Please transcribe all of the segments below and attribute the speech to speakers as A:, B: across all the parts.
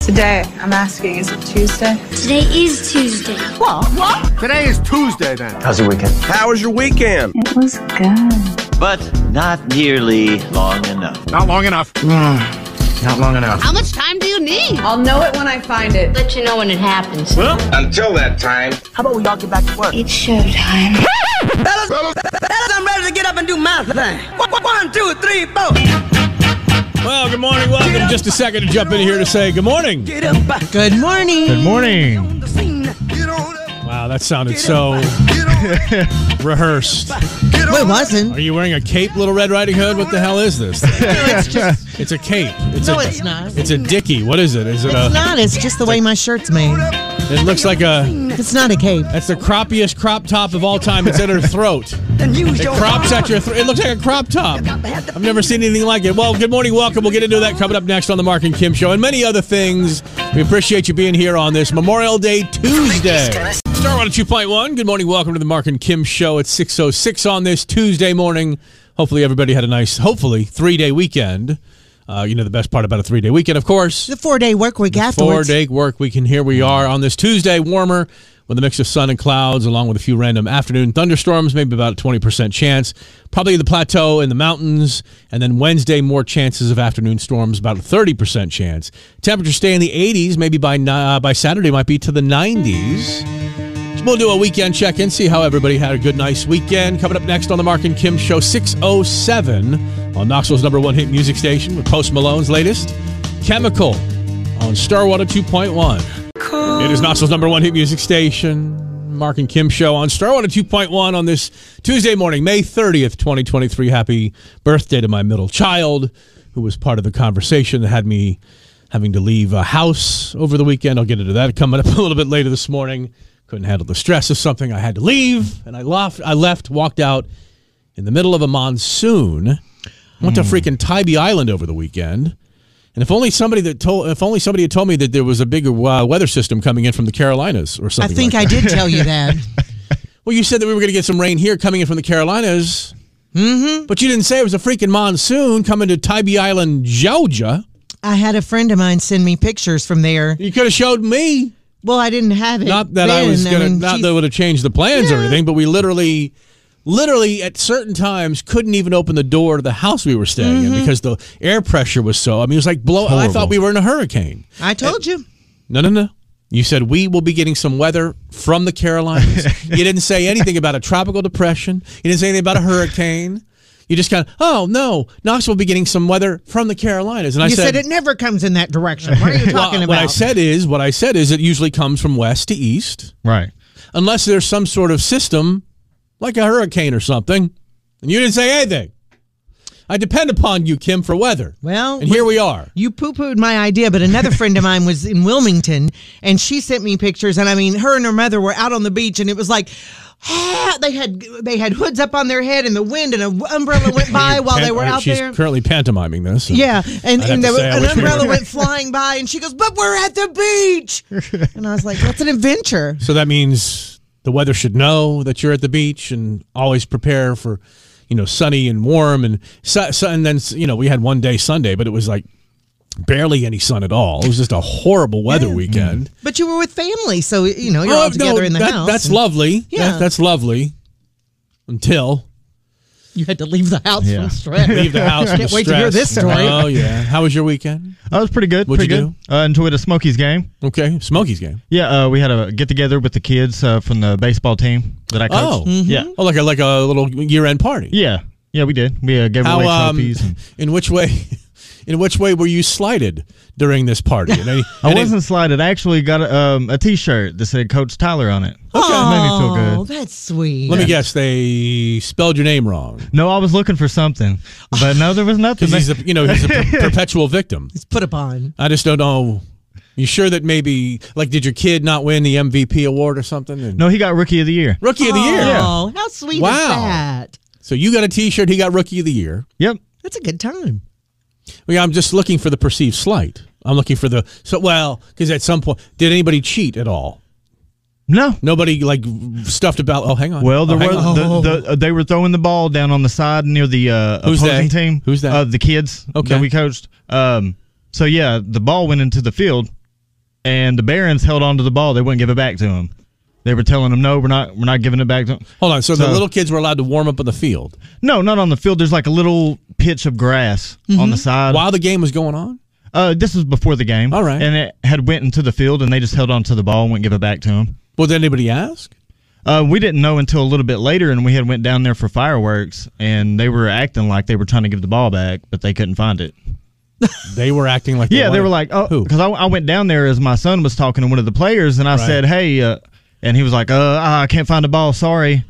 A: Today, I'm asking, is it Tuesday?
B: Today is Tuesday.
C: What? What?
D: Today is Tuesday then.
E: How's your weekend?
F: How was your weekend?
A: It was good.
G: But not nearly long enough.
D: Not long enough.
E: Not long enough.
C: How much time do you need?
A: I'll know it when I find it.
B: Let you know when it happens.
F: Well, until that time.
H: How about we all get back to work?
B: It's showtime.
H: Fellas, fellas, I'm ready to get up and do my thing. One, one, two, three, four.
I: Well, good morning. Welcome. Just a second to jump in here to say good morning.
H: Get up.
I: Good morning. Good morning.
H: on the scene. Get on up.
I: Wow, that sounded
H: Get
I: so
H: up. Get on up.
I: rehearsed.
H: Get
J: It
H: on up.
J: wasn't.
I: Are you wearing a cape, Little Red Riding Hood? What the hell is this? it's a cape. It's
J: No,
I: a,
J: it's not.
I: It's a uh, dicky. What is it? Is it
J: It's
I: a?
J: not. It's just the way my shirt's made.
I: It looks like a.
J: It's not a cape.
I: That's the croppiest crop top of all time. It's at her throat.
H: And use
I: It
H: your
I: crops at
H: arm.
I: your. Th- it looks like a crop top. I've never seen anything like it. Well, good morning, welcome. We'll get into that coming up next on the Mark and Kim Show and many other things. We appreciate you being here on this Memorial Day Tuesday. Star one two point one. Good morning, welcome to the Mark and Kim Show at six oh six on this Tuesday morning. Hopefully, everybody had a nice, hopefully three day weekend. Uh, you know the best part about a three day weekend, of course.
J: The four day work week
I: Four
J: afterwards.
I: day work week, and here we are on this Tuesday, warmer with a mix of sun and clouds, along with a few random afternoon thunderstorms, maybe about a 20% chance. Probably the plateau and the mountains, and then Wednesday, more chances of afternoon storms, about a 30% chance. Temperatures stay in the 80s, maybe by, ni- uh, by Saturday, might be to the 90s. So We'll do a weekend check in, see how everybody had a good, nice weekend. Coming up next on the Mark and Kim Show, 607 on Knoxville's number one hit music station with Post Malone's latest, Chemical, on Starwater 2.1. It is Knoxville's number one hit music station, Mark and Kim Show on Starwater 2.1 on this Tuesday morning, May 30th, 2023. Happy birthday to my middle child, who was part of the conversation that had me having to leave a house over the weekend. I'll get into that coming up a little bit later this morning. Couldn't handle the stress of something. I had to leave, and I left. I left, walked out in the middle of a monsoon. Went to
J: Hmm.
I: freaking Tybee Island over the weekend. And if only somebody that told, if only somebody had told me that there was a bigger uh, weather system coming in from the Carolinas or
J: I
I: something.
J: think
I: like
J: I
I: that.
J: did tell you that.
I: Well, you said that we were going to get some rain here coming in from the Carolinas, mm-hmm. but you didn't say it was a freaking monsoon coming to Tybee Island, Georgia.
J: I had a friend of mine send me pictures from there.
I: You could have showed me.
J: Well, I didn't have it.
I: Not that I was
J: then.
I: gonna,
J: mean,
I: not
J: geez.
I: that would have changed the plans or anything, but we literally, literally at certain times couldn't even open the door to the house we were staying
J: Mm-hmm.
I: in because the air pressure was so. I mean, it was like blow. I thought
E: Horrible.
I: we were in a hurricane.
J: I told you.
I: No, no, no. You said we will be getting some weather from the Carolinas. you didn't say anything about a tropical depression. You didn't say anything about a hurricane. You just kind of, oh no, Knoxville will be getting some weather from the Carolinas. And I
J: you
I: said,
J: said, it never comes in that direction. What are you
I: Well,
J: talking about?
I: what I said is, what I said is, it usually comes from west to east,
E: Right.
I: unless there's some sort of system, like a hurricane or something. And you didn't say anything. I depend upon you, Kim, for weather.
J: Well,
I: and here we are.
J: You poo pooed my idea, but another friend of mine was in Wilmington and she sent me pictures. And I mean, her and her mother were out on the beach and it was like, "Ah," they had they had hoods up on their head and the wind and an umbrella went by while they were out
I: She's
J: there.
I: currently pantomiming this. so
J: Yeah, and,
I: I'd have
J: and
I: to
J: the,
I: say I
J: an
I: wish we
J: umbrella
I: were-
J: went flying by, and she goes, "But we're at the beach," and I was like, "That's an adventure."
I: So that means the weather should know that you're at the beach and always prepare for, you know, sunny and warm and su- su- and then you know we had one day Sunday, but it was like barely any sun at all. It was just a horrible weather weekend.
J: But you were with family, so you know you're
I: Oh,
J: all together
I: no,
J: in the
I: that-
J: house.
I: That's
J: and
I: lovely.
J: Yeah.
I: That- that's lovely. Until
J: You had to leave the house
E: Yeah.
J: from stress.
I: leave the house. and
J: Can't
I: the
J: wait to hear
I: stress.
J: this story.
I: Oh yeah. How was your weekend?
E: That was pretty good.
I: What'd
E: pretty
I: you
E: good. Uh, enjoyed a Smokies game.
I: Okay, Smokies game.
E: Yeah, uh, we had a get together with the kids uh, from the baseball team that I
I: Oh.
E: coached. yeah,
I: Oh, like a like a little year end party.
E: yeah, yeah. We did. We uh, gave
I: How,
E: away
I: um,
E: trophies. and-
I: in which way in which way were you slighted during this party And any-
E: I
I: any-
E: wasn't slided. I actually got a, um, a T-shirt that said Coach Tyler on it. Okay,
J: Oh,
E: made me feel good.
J: that's sweet.
I: let me guess they spelled your name wrong
E: No, I was looking for something, but no, there was nothing.
I: because he's a you know he's a per- perpetual victim
J: It's put upon.
I: i just don't know you sure that maybe like did your kid not win the mvp award or something And-
E: no, he got Rookie of the Year.
I: rookie of the year
J: Oh, how sweet
I: Wow.
J: is that?
I: so you got a t-shirt he got rookie of the year
E: Yep.
J: That's a good time.
I: Well, yeah, i'm just looking for the perceived slight i'm looking for the so well because at some point did anybody cheat at all
E: No.
I: nobody like stuffed about oh hang on
E: Well, there
I: oh, hang
E: were
I: on.
E: the, the, uh, they were throwing the ball down on the side near the uh,
I: Who's they?
E: opposing team.
I: Who's that?
E: Uh, the kids
I: Okay.
E: that we coached. Um, so yeah, the ball went into the field, and the Barons held on to the ball. They wouldn't give it back to him. They were telling him, "No, we're not. We're not giving it back to him."
I: Hold on. So, the
E: So-
I: little kids were allowed to warm up on the field
E: No, not on the field. There's like a little pitch of grass
I: Mm-hmm.
E: on the side.
I: while the game was going on.
E: Uh, this was before the game.
I: All right.
E: And it had went into the field, and they just held on to the ball and wouldn't give it back to him.
I: Well, did anybody ask?
E: Uh, we didn't know until a little bit later, and we had went down there for fireworks, and they were acting like they were trying to give the ball back, but they couldn't find it.
I: They were acting like
E: Yeah, they were like,
I: wanted-
E: oh,
I: who?
E: because I, I went down there as my son was talking to one of the players, and I said, hey, uh, and he was like, uh, I can't find the ball. Sorry.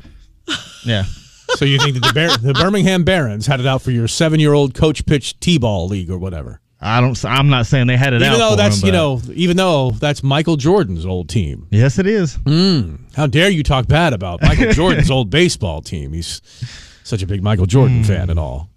E: Yeah.
I: So you think that the, Bar- the Birmingham Barons had it out for your seven-year-old coach pitch t-ball league or whatever?
E: I don't. s- I'm not saying they had it out.
I: Even though
E: for
I: that's
E: him,
I: you
E: but-
I: know, even though that's Michael Jordan's old team.
E: Yes, it is.
I: Mm. How dare you talk bad about Michael Jordan's old baseball team? He's such a big Michael Jordan
E: Hmm.
I: fan and all.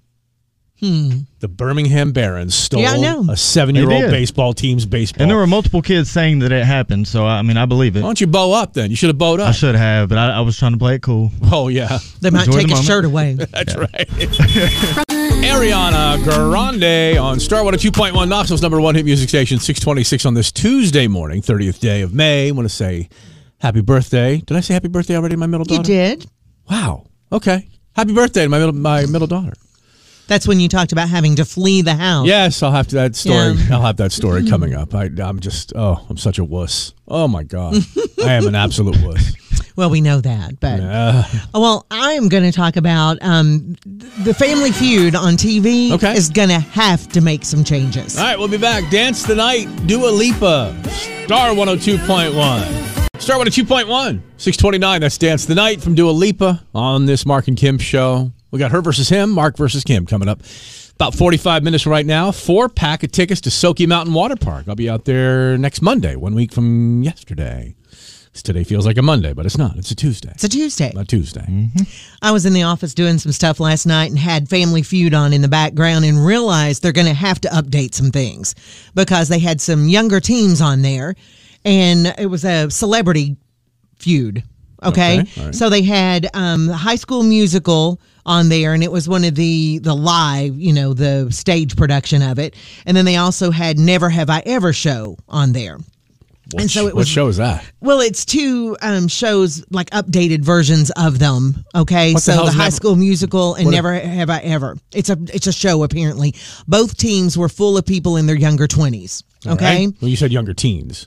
I: The Birmingham Barons stole
J: Hmm. Yeah, I know.
I: a seven-year-old
E: They did.
I: baseball team's baseball.
E: And there were multiple kids saying that it happened, so I, I mean, I believe it.
I: Why don't you bow up then? You should have bowed
E: I
I: up.
E: should have, but I, I was trying to play it cool.
I: Oh yeah.
J: They might
E: Enjoy the
J: take his
E: moment.
J: shirt away.
I: That's right. Ariana Grande on Star 102.1, Knoxville's number one hit music station, 626 on this Tuesday morning, 30th day of May. want to say happy birthday. Did I say happy birthday already to my middle daughter?
J: you did.
I: Wow. Okay. Happy birthday to my middle, my middle daughter.
J: That's when you talked about having to flee the house.
I: Yes, I'll have to, that story.
J: Oh. Yeah.
I: I'll have that story coming up. I, I'm just, oh, I'm such a wuss. Oh my God. I am an absolute wuss.
J: Well, we know that, but well, I am going to talk about um, th- the Family Feud on TV.
I: Okay.
J: is going to have to make some changes.
I: All right, we'll be back. Dance the night, Dua Lipa, Star 102.1. Star 102.1, 629. That's Dance the Night from Dua Lipa on this Mark and Kim show. We got her versus him, Mark versus Kim coming up. About 45 minutes from right now. Four pack of tickets to Soaky Mountain Water Park. I'll be out there next Monday, one week from yesterday. 'Cause Today feels like a Monday, but it's not. It's a Tuesday.
J: It's a Tuesday.
I: Not Uh, Tuesday.
J: I was in the office doing some stuff last night and had Family Feud on in the background and realized they're going to have to update some things because they had some younger teams on there and it was a celebrity feud. Okay.
I: Okay, all right.
J: So they had um, High School Musical on there and it was one of the the live, you know, the stage production of it. And then they also had Never Have I Ever show on there.
I: What,
J: And so
I: sh-
J: it
I: what
J: was-
I: show is that?
J: Well, it's two um, shows, like updated versions of them. Okay,
I: What the
J: so the,
I: hell's
J: High
I: Never-
J: School Musical and
I: What-
J: Never Have I Ever. It's a it's a show apparently. Both teams were full of people in their younger twenties.
I: All
J: Okay,
I: right. Well, you said younger teens.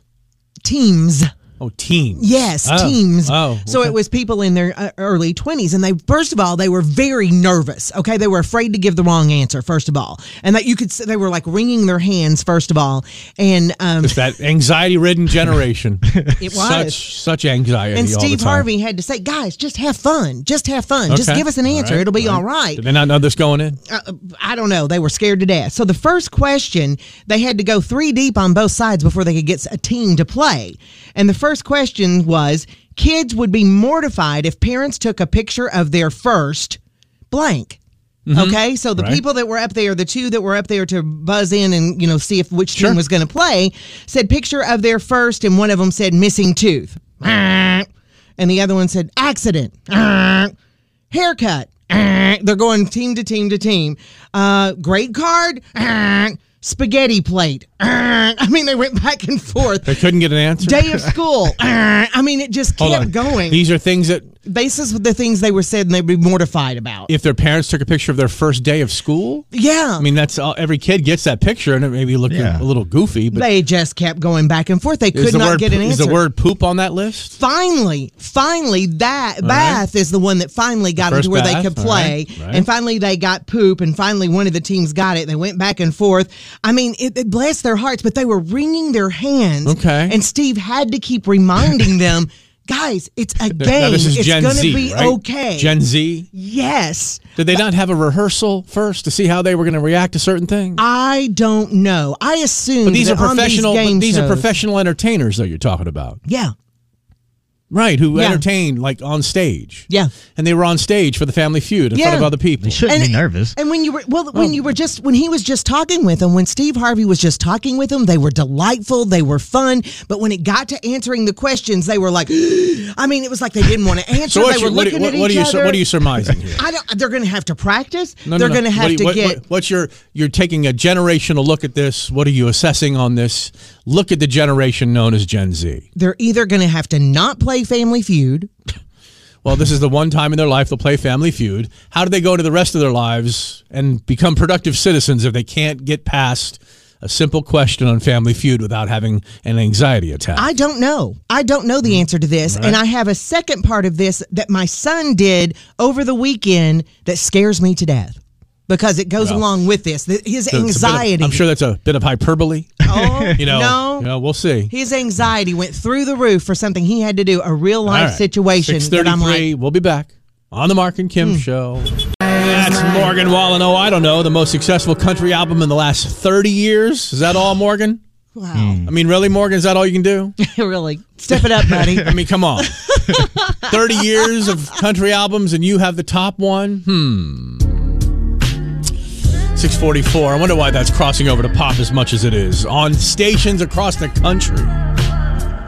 J: teams.
I: Oh, teens.
J: Yes,
I: Oh.
J: teams.
I: Oh,
J: So
I: okay.
J: it was people in their uh, early 20s. And they, first of all, they were very nervous. Okay. They were afraid to give the wrong answer, first of all. And that you could, s- they were like wringing their hands, first of all. And um,
I: It's that anxiety-ridden generation.
J: it was.
I: Such such anxiety.
J: and
I: all the
J: Steve
I: time.
J: Harvey had to say, "Guys, just have fun. Just have fun. Just
I: Okay.
J: give us an
I: All
J: answer.
I: right.
J: It'll be all
I: Did
J: right."
I: they not know this going in?
J: Uh, I don't know. They were scared to death. So the first question, they had to go three deep on both sides before they could get a team to play. And the first question was, "Kids would be mortified if parents took a picture of their first blank." Okay, so the
I: Mm-hmm. Right.
J: people that were up there, the two that were up there to buzz in and you know see if which
I: Sure.
J: team was going to play, said picture of their first, and one of them said missing tooth, and the other one said accident, haircut. They're going team to team to team. Uh, great card, spaghetti plate. I mean, they went back and forth.
I: They couldn't get an answer.
J: Day of school. I mean, it just
I: Hold
J: kept
I: on.
J: going.
I: These are things that
J: This is the things they were said, and they'd be mortified about.
I: if their parents took a picture of their first day of school.
J: yeah.
I: I mean, that's all, every kid gets that picture, and it maybe look
E: Yeah.
I: a little goofy. But
J: They just kept going back and forth. They
I: is
J: could
I: the
J: not
I: word
J: get an
I: po-
J: answer.
I: is the word poop on that list?
J: Finally, finally, that Bath is the one that finally got
I: First
J: into where
I: Bath,
J: they could
I: all
J: play,
I: right, right.
J: and finally they got poop, and finally one of the teams got it. They went back and forth. I mean, it, it blessed their hearts, but they were wringing their hands.
I: Okay.
J: and Steve had to keep reminding them, guys, it's a
I: Now,
J: game.
I: this is
J: it's
I: Gen
J: gonna
I: Z,
J: be
I: right?
J: okay.
I: Gen Z.
J: yes.
I: Did they not have a rehearsal first to see how they were going to react to certain things?
J: I don't know. I assume
I: but these are
J: that on
I: professional.
J: These,
I: but
J: game
I: these are
J: shows-
I: professional entertainers, though. You're talking about
J: Yeah,
I: right? Who
J: Yeah.
I: entertain like on stage?
J: yeah.
I: and they were on stage for the Family Feud in front
J: Yeah.
I: of other people.
E: They shouldn't
J: And-
E: be nervous.
J: And when you were well,
I: Oh.
J: when you were just when he was just talking with him, when Steve Harvey was just talking with him, they were delightful, they were fun. But when it got to answering the questions, they were like, I mean, it was like they didn't want to answer.
I: So
J: they
I: what's
J: were
I: your, what,
J: looking
I: what-
J: at
I: what are
J: each
I: you sur-
J: other.
I: what are you surmising here?
J: I don't. They're going to have to practice.
I: No, no,
J: they're
I: no.
J: going to
I: What
J: have
I: do you-
J: to
I: what-
J: get.
I: what- what's your you're taking a generational look at this. What are you assessing on this? look at the generation known as Gen Z.
J: They're either going to have to not play Family Feud.
I: Well, this is the one time in their life they'll play Family Feud. How do they go to the rest of their lives and become productive citizens if they can't get past a simple question on Family Feud without having an anxiety attack?
J: I don't know. I don't know
I: Mm.
J: the answer to this. And I have a second part of this that my son did over the weekend that scares me to death because it goes along with this. th- His
I: So it's a bit of-
J: anxiety.
I: I'm sure that's a bit of hyperbole.
J: Oh,
I: You know,
J: no.
I: you know, we'll see.
J: His anxiety went through the roof for something he had to do, a real life situation. That I'm like,
I: 6:33, we'll be back on the Mark and
J: Hmm.
I: Kim show. That's Morgan Wallen. Oh, I don't know. The most successful country album in the last 30 years. Is that all, Morgan?
J: wow,
I: I mean, really, Morgan? Is that all you can do?
J: really, step it up, buddy.
I: I mean, come on. 30 years of country albums and you have the top one? Hmm. 644. I wonder why that's crossing over to pop as much as it is on stations across the country.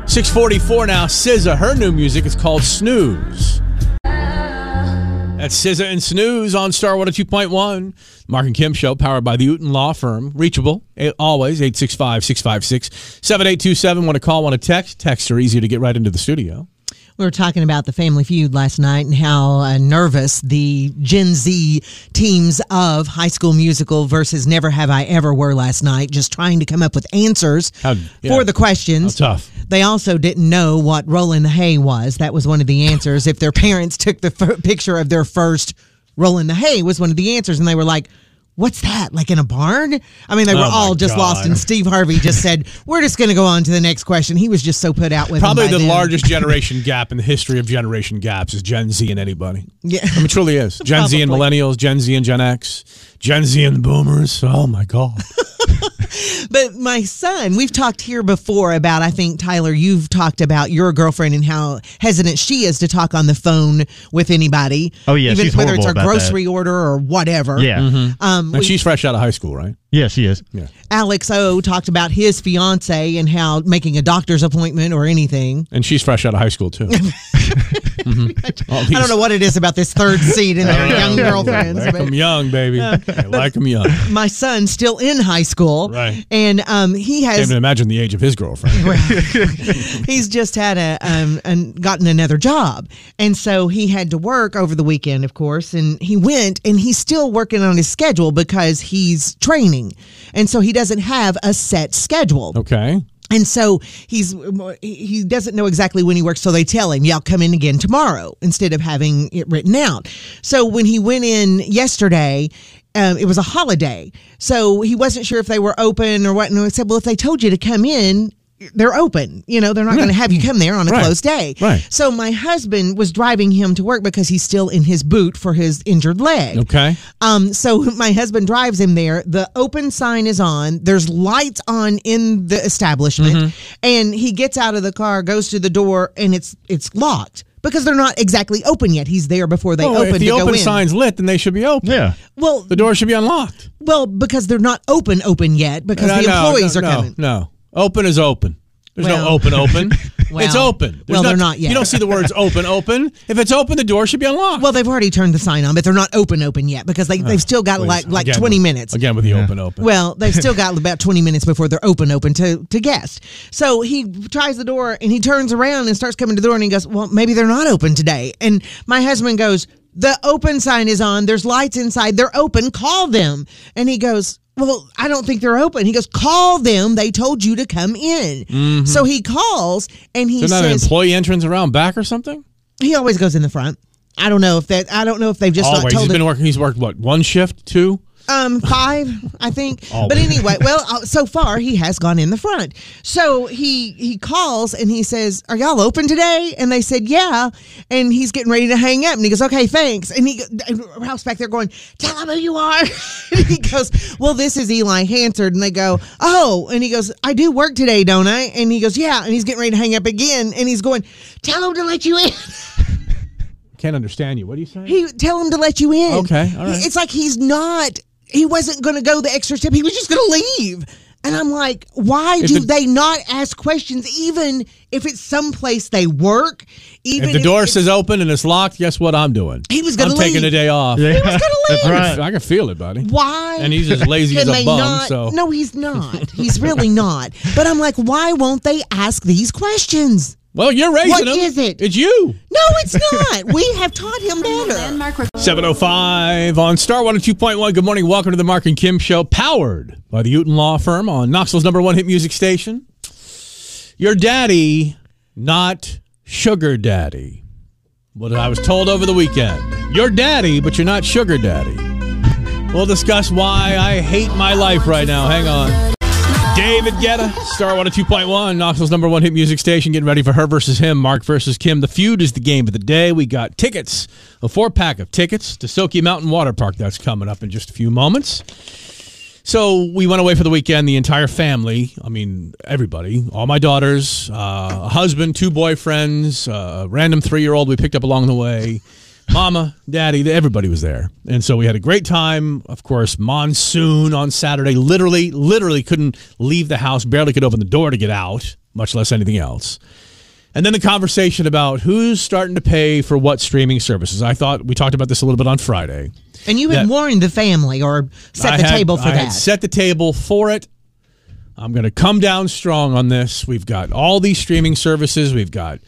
I: 644 now, SZA, her new music is called Snooze. That's SZA and Snooze on Star Water 2.1. Mark and Kim show powered by the Uten Law Firm. Reachable eh, always 865-656-7827. Want to call, want to text? Texts are easy to get right into the studio.
J: We were talking about the Family Feud last night and how uh, nervous the Gen Z teams of High School Musical versus Never Have I Ever were last night, just trying to come up with answers
I: How- yeah.
J: for the questions.
I: How tough.
J: They also didn't know what rolling the hay was. That was one of the answers. if their parents took the f- picture of their first rolling the hay was one of the answers, and they were like. What's that? Like in a barn? I mean, they were
I: Oh, my
J: all just lost,
I: God.
J: and Steve Harvey just said, "We're just going to go on to the next question." He was just so put out with them
I: Probably
J: by
I: the
J: then.
I: largest generation gap in the history of generation gaps is Gen Z and anybody.
J: Yeah.
I: I mean, it truly is. Gen Z and
J: Probably.
I: millennials, Gen Z and Gen X, Gen Z and the boomers. Oh my God.
J: But my son, we've talked here before about, I think, Tyler, you've talked about your girlfriend and how hesitant she is to talk on the phone with anybody.
E: Oh, yeah,
J: Even
E: she's
J: whether it's
E: horrible
J: a
E: about
J: grocery order or whatever.
E: Yeah.
J: Um,
I: And
J: we-
I: she's fresh out of high school, right?
E: Yeah, she is.
I: Mm-hmm. Yeah.
J: Alex O talked about his fiance and how making a doctor's appointment or anything.
I: And she's fresh out of high school too. Mhm. All
J: I don't
I: these-
J: know what it is about this third seat and
I: Oh,
J: their young girlfriends.
I: Mm-hmm. Like
J: but-
I: them young, baby. I like them young. Can't
J: My son's still in high school.
I: Right.
J: And um, he has
I: even imagine the age of his girlfriend.
J: he's just had a um and gotten another job and so he had to work over the weekend of course and he went and he's still working on his schedule because he's training and so he doesn't have a set schedule
I: Okay.
J: and so he's he doesn't know exactly when he works, so they tell him, "Y'all come in again tomorrow," instead of having it written out. So when he went in yesterday, um, it was a holiday, so he wasn't sure if they were open or what. And I said, "Well, if they told you to come in." They're open, you know. They're not going to have you come there on a
I: Right.
J: closed day.
I: Right.
J: So my husband was driving him to work because he's still in his boot for his injured leg.
I: Okay.
J: Um, so my husband drives him there. The open sign is on. There's lights on in the establishment,
I: Mm-hmm.
J: and he gets out of the car, goes to the door, and it's it's locked because they're not exactly open yet. He's there before they
I: Well,
J: open
I: Oh, if the
J: to go
I: open
J: in.
I: sign's lit, then they should be open.
E: Yeah.
J: well,
I: The door should be unlocked.
J: well, because they're not open open yet because the employees
I: no,
J: are
I: no,
J: coming.
I: No, open is open. There's no
J: Well-
I: open, open.
J: Well-
I: it's open. There's
J: well, they're not yet.
I: You don't see the words open, open. If it's open, the door should be unlocked.
J: Well, they've already turned the sign on, but they're not open open yet because they they've still got
I: Please.
J: like like
I: Again,
J: twenty minutes.
I: Again, with the open, open.
J: Well, they've still got about 20 minutes before they're open, open to, to guests. So he tries the door and he turns around and starts coming to the door and he goes, Well, maybe they're not open today. And my husband goes, The open sign is on. There's lights inside. They're open. Call them. And he goes, well, I don't think they're open. He goes, call them. They told you to come in. So he calls and he
I: There's Mm-hmm. not an
J: says,
I: employee entrance around back or something.
J: he always goes in the front. I don't know if that, I don't know if they've just not
I: Always.
J: told
I: He's
J: him.
I: been working. He's worked what one shift, two.
J: um five i think
I: Oh.
J: but anyway well uh, so far he has gone in the front so he he calls and he says are y'all open today and they said yeah and he's getting ready to hang up and he goes okay thanks and he and ralph's back there going tell them who you are and he goes well this is eli hansard and they go oh and he goes i do work today don't i and he goes yeah and he's getting ready to hang up again and he's going tell him to let you in
I: Can't understand you. What do you say?
J: he tell him to let you in.
I: Okay, all right.
J: It's like he's not. He wasn't going to go the extra step. He was just going to leave. And I'm like, why
I: If
J: do
I: the-
J: they not ask questions, even if it's someplace they work? Even
I: If the door
J: it's-
I: says open and it's locked, guess what I'm doing?
J: He was gonna
I: I'm taking
J: leave.
I: a day off.
E: Yeah.
J: gonna
E: That's
J: leave.
E: right.
I: I can feel it, buddy.
J: why?
I: And he's as lazy as
J: can
I: a
J: they
I: bum.
J: not?
I: so
J: No, he's not. He's really not. But I'm like, why won't they ask these questions?
I: well, you're raising
J: What
I: him.
J: is it?
I: It's you.
J: No, it's not. we have taught him better.
C: Landmark ref-
I: 705 on Star 102.1. Good morning. Welcome to the Mark and Kim Show, powered by the Uton Law Firm on Knoxville's number one hit music station. Your daddy, not sugar daddy. What I was told over the weekend. Your daddy, but you're not sugar daddy. We'll discuss why I hate my life right now. Hang on. David Guetta, Star 102.1, Knoxville's number one hit music station, getting ready for her versus him, Mark versus Kim. The feud is the game of the day. We got tickets, a four pack of tickets to Silky Mountain Water Park. That's coming up in just a few moments. So we went away for the weekend, the entire family. I mean, everybody, all my daughters, uh, a husband, two boyfriends, uh, a random three year old we picked up along the way, mama, daddy, everybody was there. And so we had a great time. Of course, monsoon on Saturday. Literally, literally couldn't leave the house, barely could open the door to get out, much less anything else. And then the conversation about who's starting to pay for what streaming services. I thought we talked about this a little bit on Friday.
J: And you had
I: That-
J: warned the family or set
I: I
J: the
I: had-
J: table for
I: I had
J: that.
I: set the table for it. I'm going to come down strong on this. We've got all these streaming services. We've got,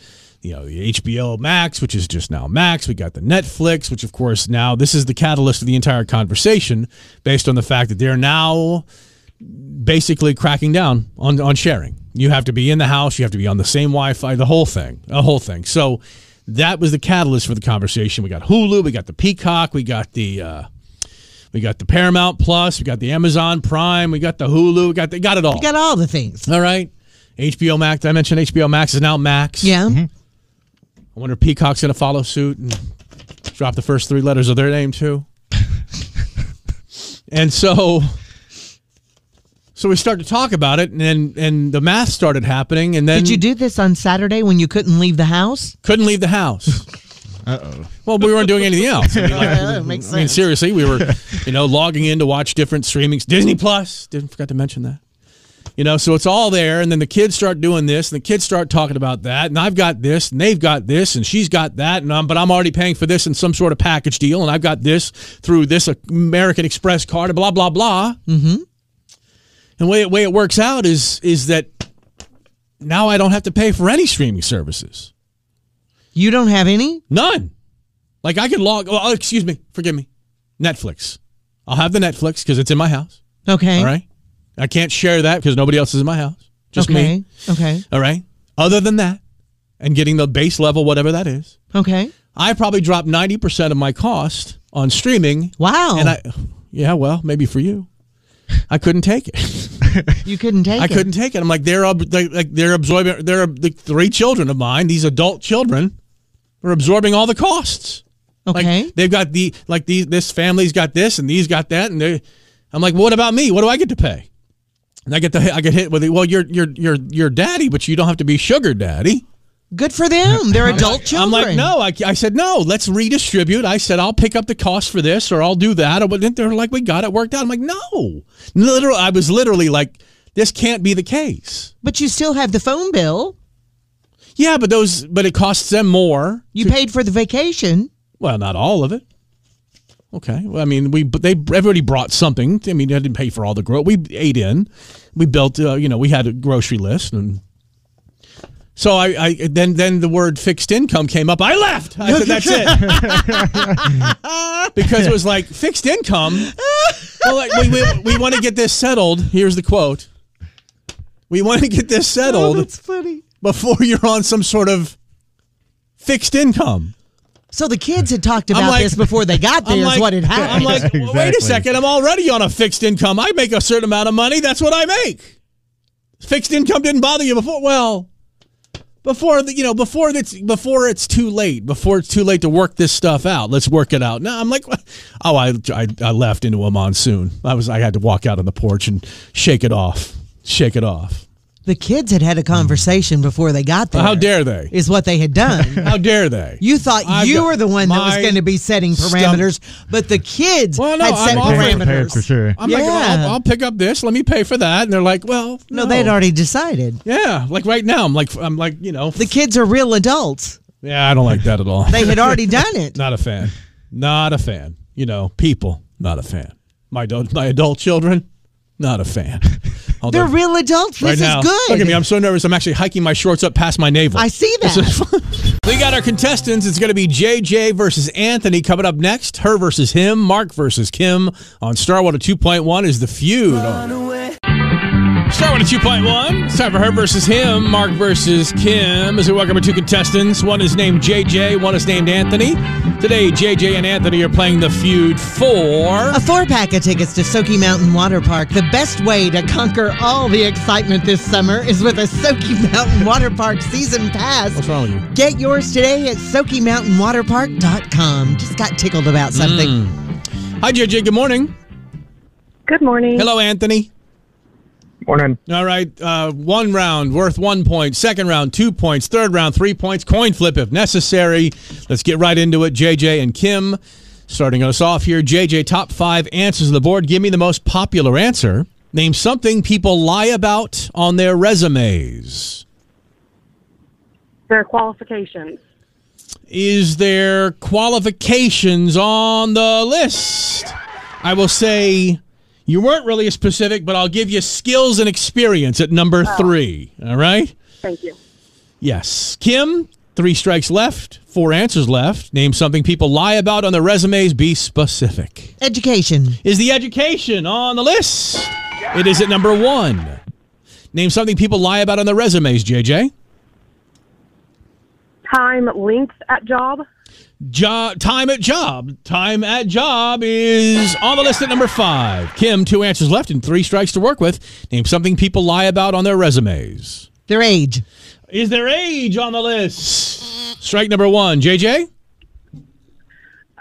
I: you know, the HBO Max, which is just now Max. We got the Netflix, which of course now this is the catalyst of the entire conversation, based on the fact that they're now basically cracking down on on sharing. You have to be in the house. You have to be on the same Wi-Fi. The whole thing, the whole thing. So that was the catalyst for the conversation. We got Hulu. We got the Peacock. We got the. Uh, we got the Paramount Plus. We got the Amazon Prime. We got the Hulu. We got the, got it all.
J: you got all the things.
I: all right. HBO Max. Did I mention HBO Max is now Max.
J: Yeah.
I: I wonder if Peacock's going to follow suit and drop the first three letters of their name too. and so, so we started to talk about it, and then and the math started happening, and then
J: Did you do this on Saturday when you couldn't leave the house?
I: couldn't leave the house.
E: Uh-oh.
I: Well, we weren't doing anything else. I mean, like,
J: Yeah, that makes
I: I mean,
J: sense.
I: seriously, we were, you know, logging in to watch different streamings. Disney Plus. Didn't forget to mention that. You know, so it's all there, and then the kids start doing this, and the kids start talking about that, and I've got this, and they've got this, and she's got that, and I'm, but I'm already paying for this in some sort of package deal, and I've got this through this American Express card, and blah blah blah. Mm-hmm. And way it, way it works out is is that now I don't have to pay for any streaming services.
J: You don't have any?
I: None. Like I could log. Oh, excuse me. Forgive me. Netflix. I'll have the Netflix because it's in my house.
J: Okay.
I: All right. I can't share that because nobody else is in my house. Just
J: okay.
I: me.
J: Okay.
I: All right. Other than that, and getting the base level, whatever that is,
J: Okay.
I: I probably dropped ninety percent of my cost on streaming.
J: Wow.
I: And I, yeah, well, maybe for you, I couldn't take it.
J: you couldn't take
I: I
J: it.
I: couldn't take it. I'm like they're ab- they, like they're absorbing. They're ab- the three children of mine. These adult children are absorbing all the costs. Like
J: Okay.
I: they've got the like these this family's got this and these got that and they I'm like, what about me? What do I get to pay? And I get the I get hit with the, well, you're you're you're you're daddy, but you don't have to be sugar daddy.
J: Good for them. They're adult
I: I'm
J: children.
I: like, no. I, I said no. Let's redistribute. I said I'll pick up the cost for this or I'll do that. Or but then they're like, we got it worked out. I'm like, no. Literally, I was literally like, this can't be the case.
J: But you still have the phone bill.
I: Yeah, but those but it costs them more.
J: You paid for the vacation.
I: Well, not all of it. Okay. Well, I mean, we but they everybody brought something. I mean, I didn't pay for all the grow. We ate in. We built. Uh, you know, we had a grocery list, and so I, I then then the word fixed income came up. I left. I said, "That's it," because it was like fixed income. Well, like, we we, we want to get this settled. Here's the quote. We want to get this settled
J: Oh, funny.
I: before you're on some sort of fixed income.
J: So the kids had talked about
I: like-
J: this before they got there.
I: I'm
J: Is
I: like-
J: what had happened.
I: I'm like,
E: Exactly.
I: wait a second. I'm already on a fixed income. I make a certain amount of money. That's what I make. Fixed income didn't bother you before. Well, before the, you know, before it's before it's too late. Before it's too late to work this stuff out. Let's work it out. No, I'm like, what? oh, I, I I left into a monsoon. I was I had to walk out on the porch and shake it off. Shake it off.
J: The kids had had a conversation before they got there.
I: How dare they?
J: Is what they had done.
I: How dare they?
J: You thought
I: I've
J: you
I: got
J: were the one that was
I: my
J: going to be setting
I: stump-
J: parameters, but the kids
I: Well, no,
J: had set
I: I'm all for
E: Prepared-
I: parameters.
E: prepared
J: parameters.
E: for sure.
I: I'm like,
J: Yeah.
I: I'll, I'll pick up this. Let me pay for that. And they're like, well,
J: No, they had already decided.
I: Yeah, like right now, I'm like, I'm like, you know,
J: The kids are real adults.
I: yeah, I don't like that at all.
J: They had already done it.
I: Not a fan. Not a fan. You know, people. Not a fan. My adult, my adult children. Not a fan. Although,
J: They're real adults.
I: right
J: This
I: now,
J: is good.
I: Look at me. I'm so nervous. I'm actually hiking my shorts up past my navel.
J: I see that.
I: we got our contestants. It's going to be JJ versus Anthony coming up next. Her versus him. Mark versus Kim on Starwater 2.1 is the feud. Starwater 2.1. It's time for her versus him. Mark versus Kim. As we welcome our two contestants. One is named JJ. One is named Anthony. Today, JJ and Anthony are playing the feud for.
J: A four pack of tickets to Soaky Mountain Water Park. The best way to conquer all the excitement this summer is with a Soaky Mountain Water Park season pass.
I: What's wrong with you?
J: Get yours today at SoakyMountainWaterPark.com. Just got tickled about something.
I: Mm. Hi, JJ. Good morning.
D: Good morning.
I: Hello, Anthony.
K: Morning.
I: All right. Uh, one round worth one point. Second round, two points. Third round, three points. Coin flip if necessary. Let's get right into it. JJ and Kim starting us off here. JJ, top five answers on the board. Give me the most popular answer. Name something people lie about on their resumes.
D: Their qualifications.
I: Is there qualifications on the list? I will say you weren't really specific, but I'll give you skills and experience at number three. All right.
D: Oh. Thank you.
I: Yes. Kim, three strikes left, four answers left. Name something people lie about on their resumes. Be specific.
J: Education.
I: Is the education on the list? It is at number one. Name something people lie about on their resumes, JJ.
D: Time length at job.
I: Jo- time at job. Time at job is on the list at number five. Kim, two answers left and three strikes to work with. Name something people lie about on their resumes.
J: Their age.
I: Is their age on the list? Strike number one, JJ.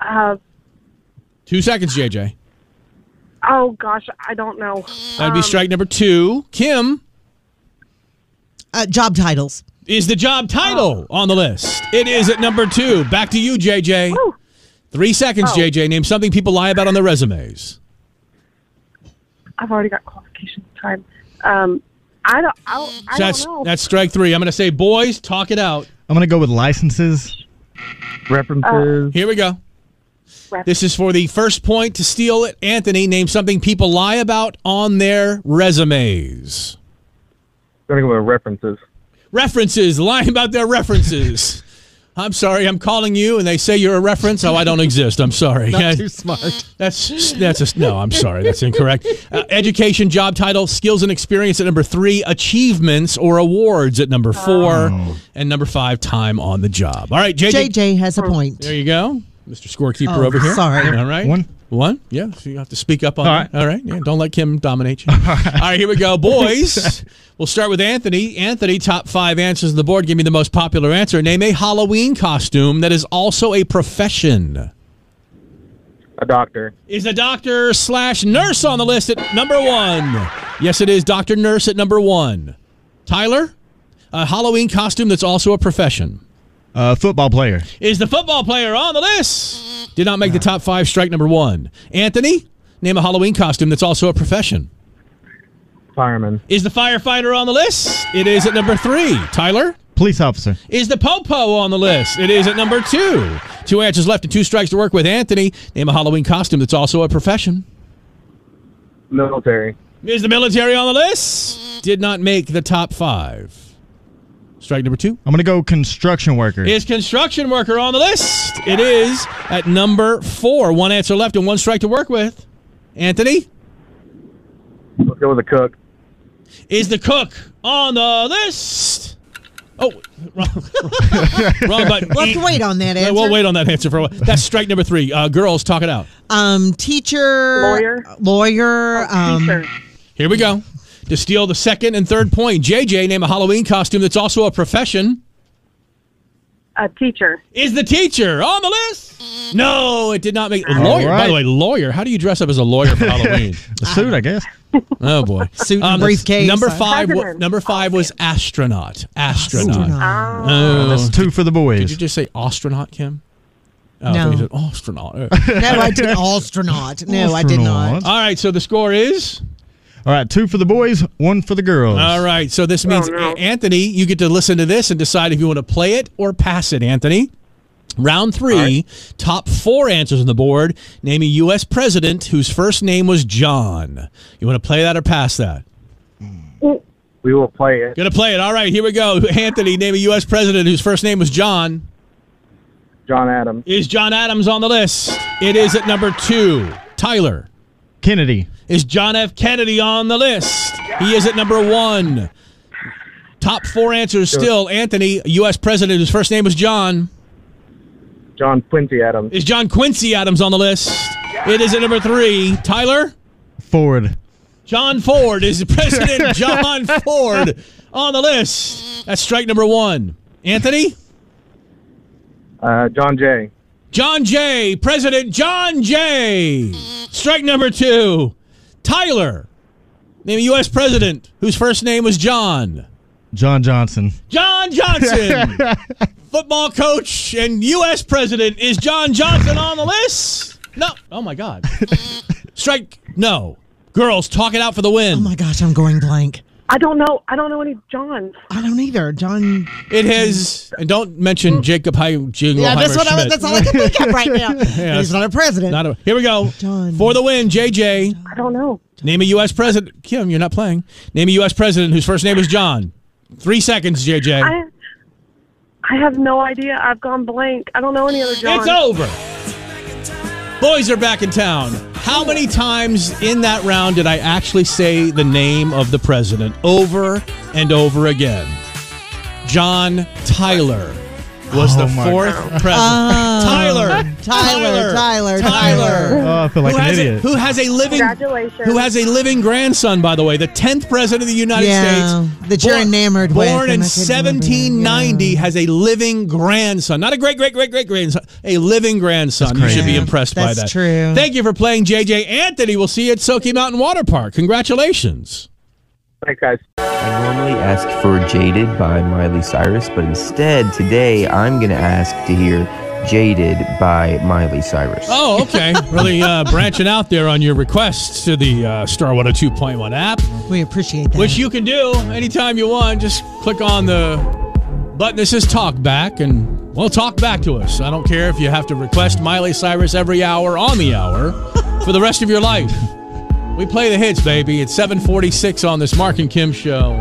D: Uh,
I: Two seconds, JJ.
D: oh gosh, I don't know. Um,
I: That'd be strike number two. Kim,
J: Uh, job titles.
I: is the job title
D: Oh.
I: on the list? It is at number two. Back to you, JJ.
D: Whew.
I: Three seconds,
D: Oh.
I: JJ. Name something people lie about on their resumes.
D: I've already got qualifications time. Um, I don't. I, don't- I
I: that's
D: don't know.
I: that's strike three. I'm gonna say, boys, talk it out.
E: I'm gonna go with licenses.
K: References.
I: Here we go.
D: Ref-
I: This is for the first point to steal it. Anthony, name something people lie about on their resumes.
K: gonna
I: Uh,
K: go with references.
I: References, lying about their references. I'm sorry, I'm calling you and they say you're a reference. Oh, I don't exist. I'm sorry. Yeah.
J: smart.
I: That's that's a, no. I'm sorry. That's incorrect. Uh, education, job title, skills and experience at number three. Achievements or awards at number four, and number five, time on the job. All right, JJ.
J: JJ has a point.
I: There you go, Mr. Scorekeeper
J: Oh,
I: over here.
J: sorry.
I: All right.
E: One.
I: One. Yeah. So you have to speak up on.
E: All
I: that. All right. Yeah. Don't let Kim dominate you. All right. Here we go, boys. We'll start with Anthony. Anthony, top five answers on the board. Give me the most popular answer. Name a Halloween costume that is also a profession.
K: A doctor.
I: Is a doctor slash nurse on the list at number one? Yes, it is doctor nurse at number one. Tyler, a Halloween costume that's also a profession.
E: Uh, football player.
I: Is the football player on the list? Did not make the top five. Strike number one. Anthony, name a Halloween costume that's also a profession.
K: Fireman.
I: Is the firefighter on the list? It is at number three. Tyler,
E: Police officer.
I: is the popo on the list? It is at number two. Two answers left and two strikes to work with. Anthony, name a Halloween costume that's also a profession.
K: Military.
I: Is the military on the list? Did not make the top five. Strike number two.
E: I'm gonna go construction worker.
I: Is construction worker on the list? It is at number four. One answer left and one strike to work with. Anthony,
K: Let's go with a cook.
I: is the cook on the list? Oh, wrong, wrong button.
J: We'll have to wait on that answer.
I: We'll wait on that answer for a while. That's strike number three. Uh, girls, talk it out.
J: Um, teacher.
D: Lawyer. Oh,
J: Lawyer. um,
D: Teacher.
I: Here we go. To steal the second and third point, JJ, name a Halloween costume that's also a profession.
D: a teacher.
I: Is the teacher on the list? No, it did not make. Lawyer, by
E: right.
I: the way, lawyer. How do you dress up as a lawyer for Halloween?
E: A suit, I guess.
I: Oh boy,
J: Suit and briefcase.
I: Number five. wa-
D: President.
I: number five was astronaut. Astronaut.
J: Astronaut.
I: Oh,
E: That's two for the
I: Did you
E: boys.
I: just say astronaut, Kim? Oh, I
J: No.
I: thought you said astronaut.
J: No, I did astronaut. No, I did not.
E: Astronaut.
I: All right, so the score is.
E: All right, two for the boys, one for the girls.
I: All right, so this means
D: no.
I: Anthony, you get to listen to this and decide if you want to play it or pass it, Anthony. Round three, top four answers on the board. Name a U.S. president whose first name was John. You want to play that or pass that?
K: We will play it.
I: Gonna play it. All right, here we go. Anthony, name a U.S. president whose first name was John.
K: John Adams.
I: Is John Adams on the list? It is at number two. Tyler.
E: Kennedy,
I: Is John F. Kennedy on the list? He is at number one. Top four answers still. Anthony, U.S. President, whose first name was John.
K: John Quincy Adams.
I: Is John Quincy Adams on the list? It is at number three. Tyler,
E: Ford,
I: John Ford. Is President John Ford on the list? That's strike number one. Anthony,
K: Uh, John Jay.
I: John Jay, President John Jay. Strike number two. Tyler, name a U.S. President whose first name was John.
E: John Johnson.
I: John Johnson, football coach and U.S. president. Is John Johnson on the list? No. Oh my God. Strike. No. Girls, talk it out for the win.
J: Oh my gosh, I'm going blank.
D: I don't know. I don't know any Johns.
J: I don't either. John.
I: it has. And don't mention Jacob High Jingle.
J: Yeah, that's what I. was- That's all I can think of right now. He's not a president.
I: Not a, here we go.
J: John.
I: For the win, JJ.
D: I don't know.
I: Name a U.S. president. Kim, you're not playing. Name a U.S. president whose first name is John. Three seconds, JJ.
D: I I have no idea. I've gone blank. I don't know any other Johns.
I: It's over. Boys are back in town. How many times in that round did I actually say the name of the president over and over again? John Tyler was the
E: Oh my
I: fourth president. Tyler,
J: Tyler, Tyler,
I: Tyler.
E: Oh, I feel like
I: who,
E: an
I: has a,
E: idiot.
I: who has a living
D: Congratulations.
I: who has a living grandson, by the way, the tenth president of the United
J: Yeah,
I: States.
J: that you're
I: born-
J: enamored with,
I: Born
J: and
I: in
J: I couldn't remember him,
I: 1790,
J: yeah.
I: has a living grandson, not a great great great great grandson, a living grandson. You should be
J: Yeah,
I: impressed by that.
J: that's true.
I: Thank you for playing, JJ Anthony. We'll see you at Soaky Mountain Water Park. Congratulations.
K: Thanks, guys.
L: I normally ask for Jaded by Miley Cyrus, but instead today I'm going to ask to hear Jaded by Miley Cyrus.
I: Oh, okay. really uh, branching out there on your requests to the uh, Star 102.1 app.
J: We appreciate that.
I: which you can do anytime you want. Just click on the button that says talk back and well talk back to us. I don't care if you have to request Miley Cyrus every hour on the hour for the rest of your life. We play the hits, baby. It's 746 on this Mark and Kim show.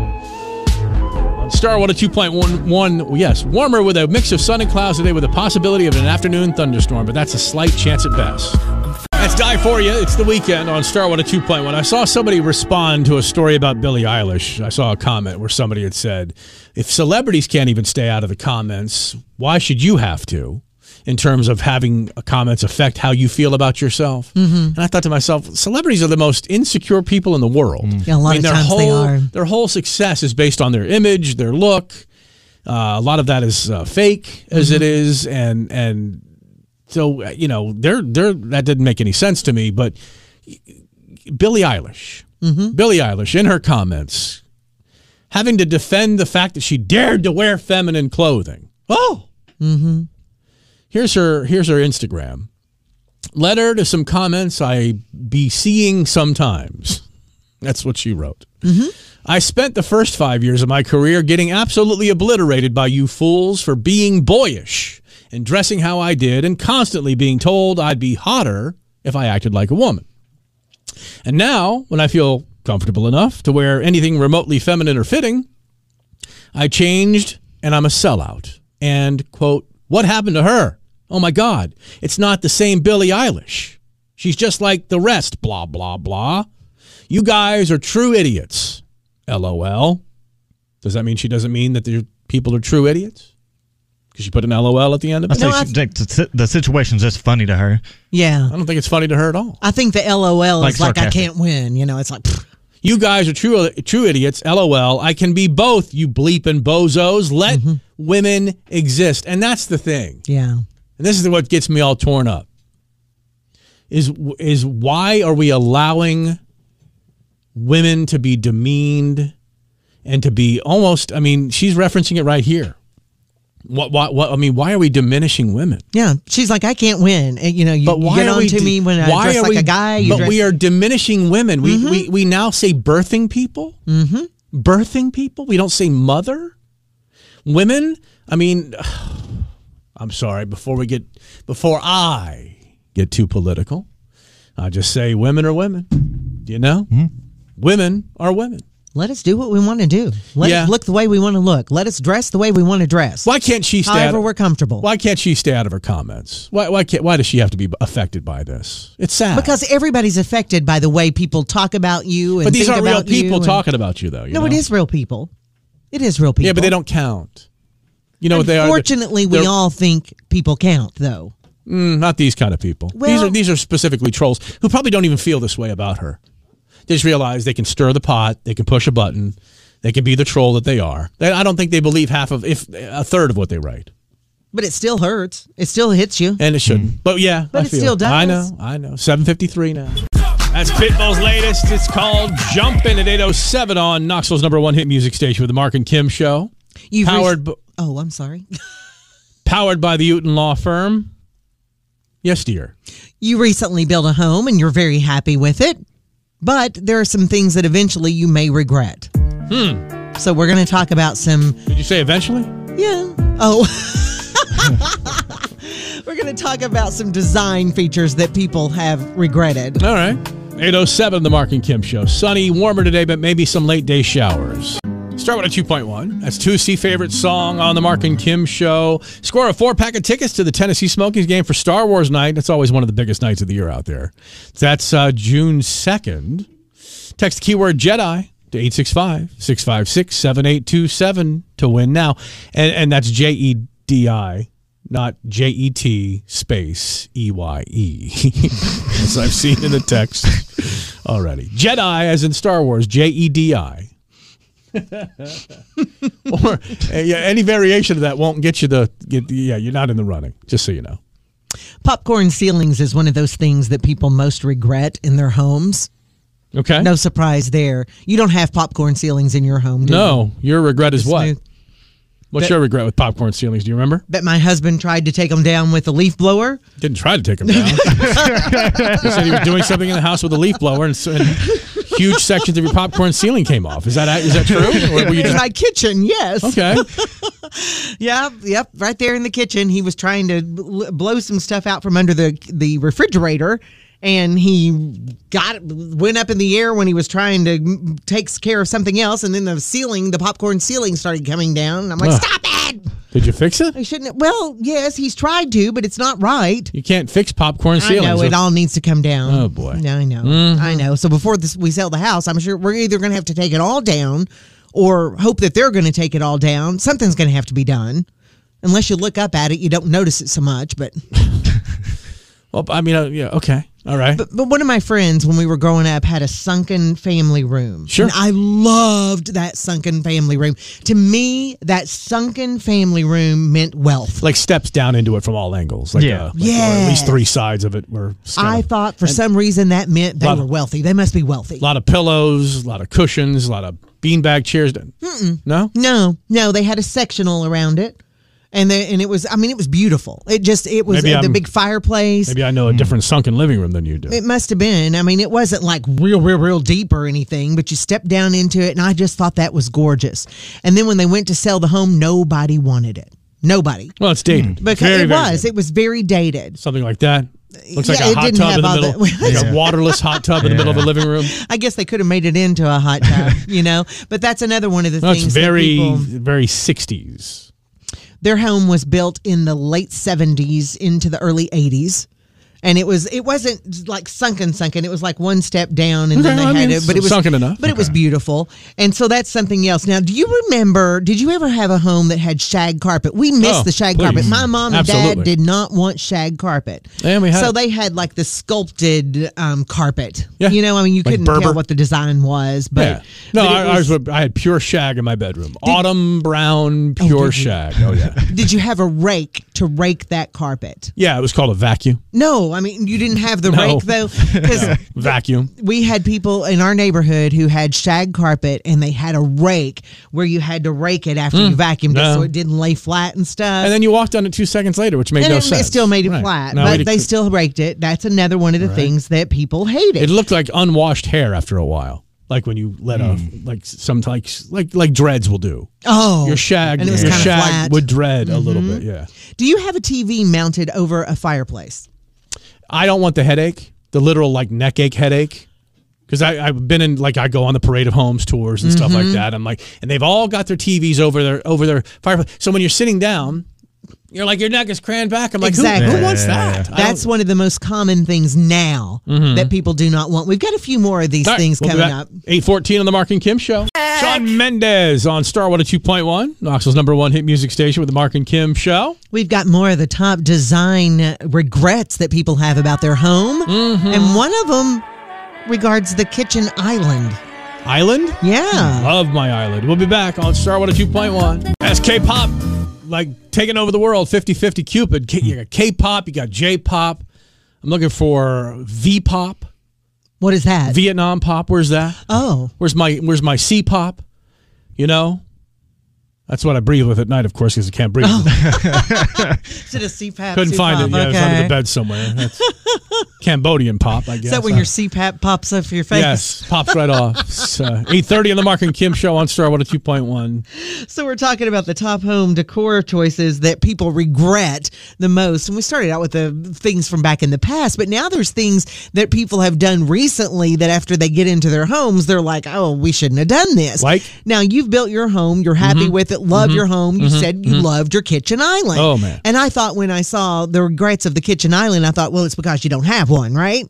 I: On Star oh Water 2.11, yes, warmer with a mix of sun and clouds today with a possibility of an afternoon thunderstorm, but that's a slight chance at best. That's Die For You. It's the weekend on Star One 2.1. I saw somebody respond to a story about Billie Eilish. I saw a comment where somebody had said, if celebrities can't even stay out of the comments, why should you have to? In terms of having comments affect how you feel about yourself.
J: Mm-hmm.
I: And I thought to myself, celebrities are the most insecure people in the world.
J: Mm. Yeah, a lot of
I: their
J: times
I: whole,
J: they are.
I: Their whole success is based on their image, their look. Uh, a lot of that is uh, fake, as
J: Mm-hmm.
I: it is, and and so uh, you know they're they're that didn't make any sense to me but billie eilish billie eilish in her comments having to defend the fact that she dared to wear feminine clothing oh mm-hmm. here's her here's her instagram letter to some comments i be seeing sometimes that's what she wrote I spent the first five years of my career getting absolutely obliterated by you fools for being boyish and dressing how I did and constantly being told I'd be hotter if I acted like a woman. And now, when I feel comfortable enough to wear anything remotely feminine or fitting, I changed and I'm a sellout. And, quote, what happened to her? Oh my God, it's not the same Billie Eilish. She's just like the rest, blah, blah, blah. You guys are true idiots. LOL. Does that mean she doesn't mean that the people are true idiots? Because she put an LOL at the end of
E: I
I: it?
E: say she- the- the situation's just funny to her.
J: yeah.
I: I don't think it's funny to her at all.
J: I think the LOL
E: Like
J: is like I
E: sarcastic.
J: can't win. You know, it's like pfft,
I: You guys are true true idiots. LOL. I can be both. You bleep and bozos. Let women exist. And that's the thing.
J: Yeah.
I: And this is what gets me all torn up. Is is why are we allowing women to be demeaned and to be almost I mean, she's referencing it right here. What what, what I mean, why are we diminishing women?
J: Yeah, she's like, I can't win. And, you know, you,
I: But
J: you
I: why
J: get
I: are
J: on
I: we
J: to
I: di-
J: me when I
I: why
J: dress
I: are
J: like
I: we-
J: a guy. You
I: but
J: dress, Mm-hmm.
I: we are diminishing women. We, we we now say birthing people, mm-hmm. birthing people. We don't say mother. Women. I mean, I'm sorry. Before we get, before I get too political, I just say women are women. You know, women are women.
J: Let us do what we want to do. Let
I: Yeah.
J: us look the way we want to look. Let us dress the way we want to dress.
I: Why can't she stay?
J: However
I: out
J: we're comfortable.
I: Why can't she stay out of her comments? Why why can't, why does she have to be affected by this? It's sad.
J: Because everybody's affected by the way people talk about you. And
I: but these
J: think
I: aren't real
J: about you
I: people
J: and-
I: talking about you though. you
J: no, it
I: know?
J: is real people. It is real people.
I: Yeah, but they don't count. You know what they are. They're-
J: Fortunately, we
I: they're-
J: all think people count, though.
I: Mm, not these kind of people. these
J: Well-
I: are these are specifically trolls who probably don't even feel this way about her. They just realize they can stir the pot, they can push a button, they can be the troll that they are. They, I don't think they believe half of if a third of what they write,
J: But it still hurts. It still hits you.
I: and it shouldn't. But yeah,
J: Hmm. But
I: I
J: it
I: feel-
J: still does.
I: I know, I know. Seven fifty three now. That's Pitbull's latest. It's called Jumpin' at eight oh seven on Knoxville's number one hit music station with the Mark and Kim show.
J: You've
I: powered
J: reached-
I: b-
J: oh, I'm sorry.
I: powered by the Uton Law Firm. Yes, dear.
J: You recently built a home and you're very happy with it, but there are some things that eventually you may regret.
I: Hmm.
J: So we're going to talk about some
I: Did you say eventually?
J: Yeah. Oh. We're going to talk about some design features that people have regretted.
I: All right. 807, The Mark and Kim Show. Sunny, warmer today, but maybe some late day showers. Start with a 2.1. That's 2C favorite song on The Mark and Kim Show. Score a four pack of tickets to the Tennessee Smokies game for Star Wars night. That's always one of the biggest nights of the year out there. That's uh, June 2nd. Text the keyword Jedi to 865 656 7827 to win now. And, and that's J E D I, not J E T space E Y E, as I've seen in the text already. Jedi, as in Star Wars, J E D I. or uh, yeah, any variation of that won't get you the get, yeah you're not in the running just so you know
J: Popcorn ceilings is one of those things that people most regret in their homes.
I: okay
J: No surprise there. You don't have popcorn ceilings in your home, do you?
I: no your regret is what
J: new.
I: what's
J: That-
I: your regret with popcorn ceilings do you remember
J: Bet my husband tried to take them down with a leaf blower.
I: Didn't try to take him down. he said he was doing something in the house with a leaf blower, and, so- and huge sections of your popcorn ceiling came off. Is that is that true? Or were you
J: in
I: just-
J: my kitchen, yes.
I: okay?
J: Yep, yep, right there in the kitchen. He was trying to bl- blow some stuff out from under the the refrigerator, and he got went up in the air when he was trying to m- take care of something else, and then the ceiling, the popcorn ceiling, started coming down. And I'm like,
I: Ugh.
J: stop it!
I: Did you fix it?
J: I shouldn't. Well, yes, he's tried to, but it's not right.
I: You can't fix popcorn
J: I
I: ceilings.
J: know it all needs to come down.
I: Oh, boy.
J: Yeah, I know,
I: Mhm.
J: I know. So before this, we sell the house. I'm sure we're either going to have to take it all down, or hope that they're going to take it all down. Something's going to have to be done. Unless you look up at it, you don't notice it so much. But
I: Well, I mean, uh, yeah, okay, all right.
J: but, but one of my friends when we were growing up had a sunken family room.
I: Sure.
J: And I loved that sunken family room. To me, that sunken family room meant wealth.
I: like steps down into it from all angles. Like,
J: Yeah.
I: uh, like- Or at least
J: Yes.
I: three sides of it were.
J: I thought for some reason that meant they
I: Lot of-
J: were wealthy. They must be wealthy.
I: A lot of pillows, a lot of cushions, a lot of beanbag chairs. Mm-mm. No.
J: No, no, they had a sectional around it, and they, and it was. I mean, it was beautiful. It just it was
I: Maybe
J: uh, the
I: I'm-
J: big fireplace.
I: Maybe I know a different sunken living room than you do.
J: It must have been. I mean, it wasn't like real, real, real deep or anything, but you stepped down into it, and I just thought that was gorgeous. And then when they went to sell the home, nobody wanted it. Nobody.
I: Well, it's dated.
J: Because
I: Very,
J: Hmm. it
I: very
J: was. It was very dated.
I: something like that. Looks like
J: Yeah,
I: a
J: it
I: hot
J: didn't
I: tub in
J: have
I: the
J: all
I: middle,
J: that-
I: like
J: Yeah.
I: a waterless hot tub in the middle of the living room.
J: I guess they could have made it into a hot tub, you know. But that's another one of the
I: No, it's
J: things. that
I: very,
J: people-
I: very '60s.
J: Their home was built in the late 70s into the early 80s. and it was it wasn't like sunken sunken it was like one step down and then
I: Okay,
J: they
I: I
J: had
I: mean,
J: it but it was
I: sunken enough.
J: but it was beautiful and so that's something else now do you remember did you ever have a home that had shag carpet we missed
I: Oh,
J: the shag
I: please.
J: carpet my mom and
I: Absolutely.
J: dad did not want shag carpet
I: Yeah, we had
J: so
I: it.
J: they had like the sculpted um, carpet you know i mean you
I: Like
J: couldn't
I: Berber.
J: tell what the design was but
I: yeah. No,
J: but it
I: I,
J: was-
I: ours were- I had pure shag in my bedroom. Autumn brown, pure shag. Oh, yeah.
J: did you have a rake to rake that carpet
I: yeah, it was called a vacuum.
J: no i mean you didn't have the
I: No.
J: rake though because
I: Vacuum.
J: we had people in our neighborhood who had shag carpet and they had a rake where you had to rake it after
I: Mm.
J: you vacuumed
I: No.
J: it so it didn't lay flat and stuff.
I: And then you walked on it two seconds later, which made
J: And
I: no
J: it,
I: sense.
J: it still made it
I: Right.
J: flat,
I: No,
J: but
I: it-
J: they still raked it. That's another one of the
I: Right.
J: things that people hated.
I: It looked like unwashed hair after a while. Like when you let off, like some like like like dreads will do.
J: Oh.
I: your shag,
J: And it was
I: your
J: kinda
I: shag
J: flat.
I: would dread a little
J: Mhm.
I: bit. Yeah,
J: Do you have a TV mounted over a fireplace?
I: I don't want the headache, the literal like neck ache headache. Because I've been in like I go on the Parade of Homes tours and stuff
J: Mm-hmm.
I: like
M: Mhm.
I: that. I'm like, and they've all got their TVs over their over their fireplace. So when you're sitting down, you're like your neck is craned back. I'm like, who-
J: exactly.
I: who, wants that? I
J: That's
I: don't-
J: one of the most common things now
I: Mhm.
J: that people do not want. We've got a few more of these
I: All right,
J: things
I: we'll be
J: coming
I: back.
J: up.
I: 814 on the Mark and Kim show. Sean Mendez on Star 102.1, Knoxville's number one hit music station with the Mark and Kim show.
J: We've got more of the top design regrets that people have about their home. And one of them regards the kitchen island.
I: Island?
J: Yeah.
I: Love my island. We'll be back on Star 102.1. That's K pop, like taking over the world 50 50 Cupid. K- You got K pop, you got J pop. I'm looking for V pop,
J: What is that?
I: Vietnam pop. Where's that?
J: Oh.
I: Where's my Where's my C pop? You know? That's what I breathe with at night, of course, because I can't breathe.
J: Oh. Is it a CPAP?
I: Couldn't find it.
J: CPAP?
I: Yeah, it was under
J: Okay.
I: the bed somewhere. That's Cambodian pop, I guess. Uh,
J: Is that when your CPAP pops up your face?
I: Yes, pops right off. So, 8.30 on the Mark and Kim show on Star 102.1.
J: So we're talking about the top home decor choices that people regret the most. And we started out with the things from back in the past, but now there's things that people have done recently that after they get into their homes, they're like, "Oh, we shouldn't have done this."
I: Like?
J: now you've built your home, you're happy
I: Mhm.
J: with it, love
I: Mhm.
J: your home. You
I: Mhm.
J: said you
I: Mhm.
J: loved your kitchen island.
I: Oh, man.
J: And I thought when I saw the regrets of the kitchen island, I thought, well, it's because you don't have one, right?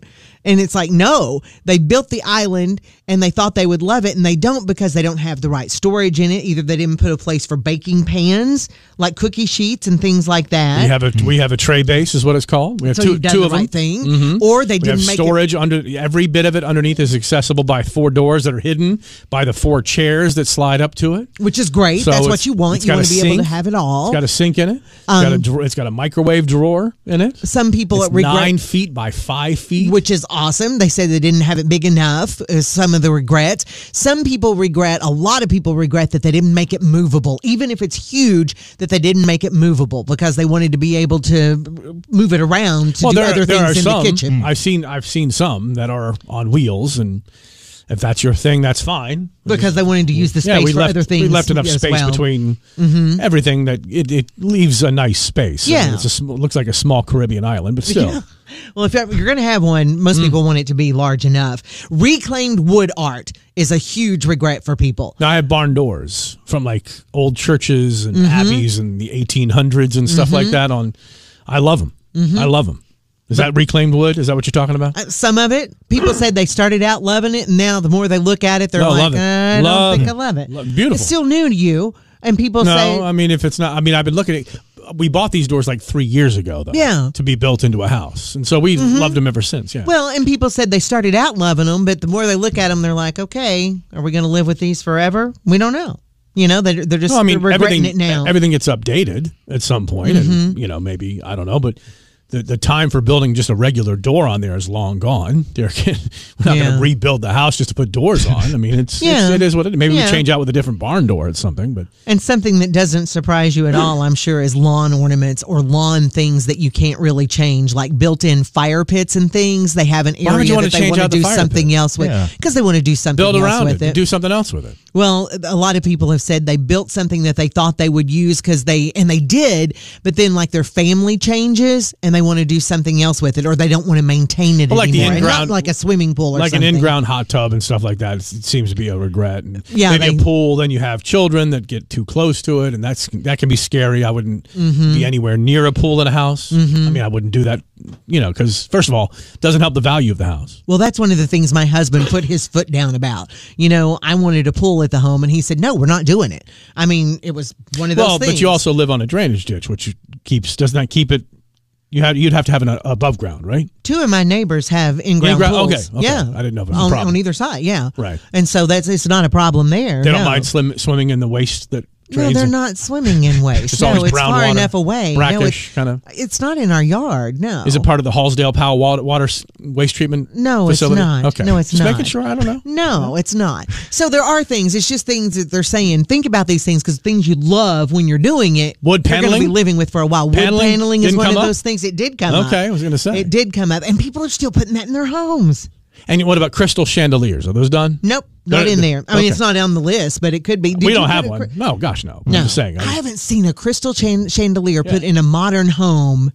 J: And it's like, no, they built the island and they thought they would love it, and they don't because they don't have the right storage in it. Either they didn't put a place for baking pans, like cookie sheets and things like that.
I: We have a we have a tray base, is what it's called. We have
J: So
I: 2
J: you've done
I: two
J: the
I: of them.
J: right thing.
I: Mhm.
J: Or they
I: We
J: didn't
I: have
J: make it-
I: storage under every bit of it underneath is accessible by four doors that are hidden by the four chairs that slide up to it.
J: which is great.
I: So
J: That's
I: it's-
J: what you want.
I: it's
J: You
I: got
J: want
I: a
J: to be able to
I: sink.
J: have it all.
I: It's got a sink in it. It's got a
J: Oh. Um,
I: dra- it's got a microwave drawer in it.
J: Some people
I: It's
J: regret-
I: nine feet by five feet.
J: which is awesome. They said they didn't have it big enough. Is some of the regrets. Some people regret. A lot of people regret that they didn't make it movable, even if it's huge. That they didn't make it movable because they wanted to be able to move it around to do
I: there,
J: other
I: there
J: things in
I: some,
J: the kitchen.
I: I've seen I've seen some that are on wheels, and if that's your thing, that's fine.
J: Because they wanted to use the
I: yeah,
J: space
I: we
J: for
I: left,
J: other
I: We
J: things
I: left enough
J: as
I: space
J: well.
I: between
J: Mhm.
I: everything that it, it leaves a nice space. I mean,
J: Yeah.
I: it's a sm- looks like a small Caribbean island, but still.
J: Yeah. Well, if you're going to have one,
I: Mm.
J: most people want it to be large enough. Reclaimed wood art is a huge regret for people.
I: Now I have barn doors from like old churches and
J: Mhm.
I: abbeys and the 1800s and stuff like
J: Mhm.
I: that. On, I love them.
J: Mhm.
I: I love them. Is that reclaimed wood? Is that what you're talking about?
J: Uh, Some of it, people said they started out loving it, and now the more they look at it, they're
I: No,
J: like,
I: love it.
J: I
I: Love
J: don't think
I: it.
J: I love it.
I: Lo- beautiful.
J: It's still new to you, and people
I: no,
J: say,
I: I mean if it's not. I mean I've been looking at. We bought these doors like three years ago, though.
J: Yeah. Mm-hmm.
I: To be built into a house, and so we loved them ever since. Yeah.
J: well, and people said they started out loving them, but the more they look at them, they're like, okay, are we going to live with these forever? We don't know. You know, they're, they're just
I: No, I mean
J: they're regretting
I: everything.
J: it now. Mm-hmm.
I: Everything gets updated at some point, and you know maybe I don't know, but the the time for building just a regular door on there is long gone. They're, we're not going
J: Yeah.
I: to rebuild the house just to put doors on. I mean, it's, it's
J: Yeah.
I: it is what it. Maybe
J: Yeah.
I: we change out with a different barn door or something, but
J: And something that doesn't surprise you at all, I'm sure, is lawn ornaments or lawn things that you can't really change, like built-in fire pits and things. They have an
I: Why would you
J: area
I: wanna
J: that they
I: change
J: want to
I: out the
J: do
I: fire
J: something
I: pit?
J: else with
I: Yeah.
J: because they want to do something
I: build
J: else
I: around
J: with
I: it, do something else with it.
J: Well, a lot of people have said they built something that they thought they would use because they and they did, but then like their family changes and they want to do something else with it, or they don't want to maintain it
I: Well, like the
J: anymore. And not
I: in-ground-
J: like a swimming pool, or
I: like
J: something.
I: an in-ground hot tub and stuff like that. It seems to be a regret. And
J: Yeah,
I: maybe
J: they-
I: a pool. Then you have children that get too close to it, and that's that can be scary. I wouldn't
J: Mhm.
I: be anywhere near a pool in a house.
J: Mm-hmm.
I: I mean, I wouldn't do that, you know, because first of all, it doesn't help the value of the house.
J: Well, that's one of the things my husband put his foot down about. You know, I wanted a pool at the home, and he said, "No, we're not doing it." I mean, it was one of those.
I: Well,
J: things.
I: but you also live on a drainage ditch, which keeps does not keep it. You have you'd have to have an uh, above ground, right?
J: two of my neighbors have in-ground
I: In-ground- okay,
J: pools.
I: okay.
J: Yeah,
I: I didn't know if it was a
J: on,
I: problem.
J: on either side. Yeah,
I: Right.
J: And so that's it's not a problem there.
I: They don't
J: no.
I: mind slim, swimming in the waste that
J: No,
I: drains.
J: they're not swimming in waste.
I: It's
J: no,
I: always
J: it's
I: brown
J: far
I: water,
J: enough away. No, it's-
I: brackish kind of.
J: It's not in our yard. No.
I: Is it part of the Hallsdale Powell water, water s- waste treatment?
J: No, it's
I: facility?
J: not.
I: Okay,
J: No, it's
I: Just
J: not.
I: making sure. I don't know.
J: No, it's not. So there are things. It's just things that they're saying. Think about these things because things you love when you're doing it.
I: Wood
J: You're going to
I: paneling?
J: be living with for a while.
I: Paneling?
J: Wood paneling is
I: Didn't
J: one
I: come
J: of
I: up?
J: those things. It did come up.
I: Okay, I was gonna say.
J: It did come up. And people are still putting that in their homes.
I: And what about crystal chandeliers? Are those done?
J: Nope, not
I: They're-
J: in there. I mean,
I: okay.
J: it's not on the list, but it could be. Did
I: we
J: you
I: don't
J: put
I: have
J: a
I: one.
J: cri-
I: no, gosh, no. I'm
J: No.
I: just saying.
J: I haven't seen a crystal chan- chandelier put in a modern home.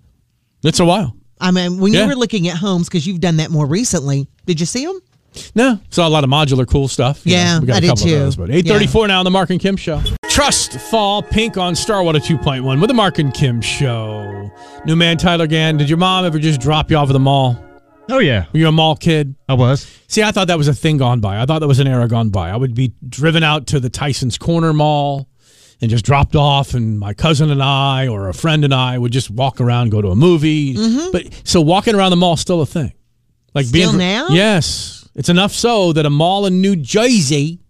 I: It's a while.
J: I mean, when
I: Yeah.
J: you were looking at homes, because you've done that more recently, did you see them?
I: No, saw a lot of modular cool stuff. you
J: Yeah,
I: know, we got
J: I
I: a
J: did
I: couple
J: too.
I: of those. But 834 now on the Mark and Kim show. Trust Fall Pink on Starwater 2.1 with the Mark and Kim show. New man Tyler Gann, did your mom ever just drop you off at the mall?
E: Oh yeah,
I: were you a mall kid?
E: I was.
I: See, I thought that was a thing gone by. I thought that was an era gone by. I would be driven out to the Tyson's Corner Mall and just dropped off, and my cousin and I, or a friend and I, would just walk around, go to a movie. But so walking around the mall is still a thing. Like
J: Mm-hmm. Still now?
I: Yes, it's enough so that a mall in New Jersey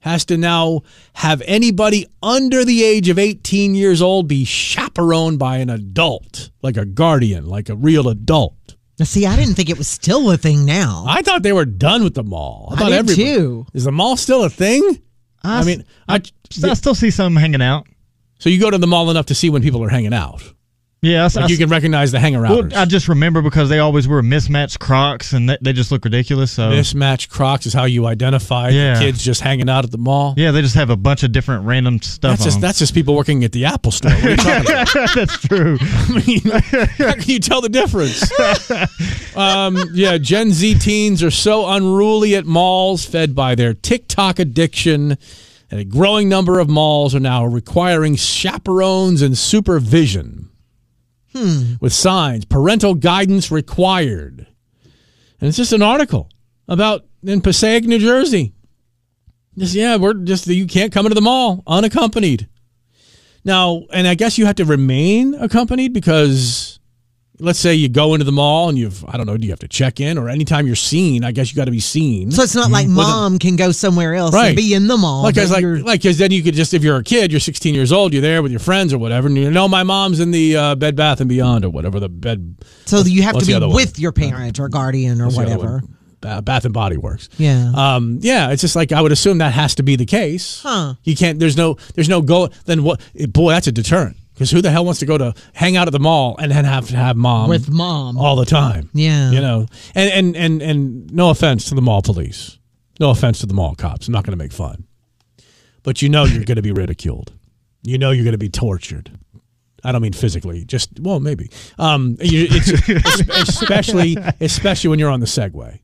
I: has to now have anybody under the age of 18 years old be chaperoned by an adult, like a guardian, like a real adult.
J: Now, see, I didn't think it was still a thing now.
I: I thought they were done with the mall. I
J: I
I: thought
J: did
I: everybody-
J: too.
I: Is the mall still a thing? I,
E: s-
I: mean, I,
E: I still see some hanging out.
I: So you go to the mall enough to see when people are hanging out.
E: Yeah, I s-
I: Like
E: I
I: you
E: s-
I: can recognize the
E: Well,
I: hangarounders.
E: I just remember because they always wear mismatched Crocs and they, they just look ridiculous. So
I: Mismatched Crocs is how you identify
E: Yeah.
I: the kids just hanging out at the mall.
E: yeah, they just have a bunch of different random stuff.
I: That's just
E: on.
I: that's just people working at the Apple store. What are you talking about?
E: that's true.
I: I mean, how can you tell the difference? um, yeah, Gen Z teens are so unruly at malls, fed by their TikTok addiction, and a growing number of malls are now requiring chaperones and supervision with signs, parental guidance required. And it's just an article about in Passaic, New Jersey. Just yeah, we're just you can't come into the mall unaccompanied. Now, and I guess you have to remain accompanied because let's say you go into the mall and you've I don't know, do you have to check in or anytime you're seen, I guess you got to be seen.
J: So it's not like
I: With a-
J: mom can go somewhere else
I: Mm-hmm. Right.
J: and be in the mall.
I: like I
J: but
I: was like,
J: you're-
I: like 'cause then you could just if you're a kid, you're 16 years old, you're there with your friends or whatever, and you know my mom's in the uh, Bed Bath and Beyond or whatever the bed.
J: so you have
I: what's the
J: to be
I: other one?
J: with your parent or guardian or
I: What's the other
J: whatever.
I: one? Ba- Bath and Body Works.
J: Yeah.
I: Um, yeah, it's just like I would assume that has to be the case.
J: Huh.
I: You can't. There's no. There's no go. Then what? it- Boy, that's a deterrent. Because who the hell wants to go to hang out at the mall and then have to have mom
J: With mom.
I: all the time?
J: Yeah.
I: You know. And and and and no offense to the mall police. No offense to the mall cops. I'm not going to make fun. But you know you're going to be ridiculed. You know you're going to be tortured. I don't mean physically. Just well, maybe. Um, you, it's, es- especially especially when you're on the Segway.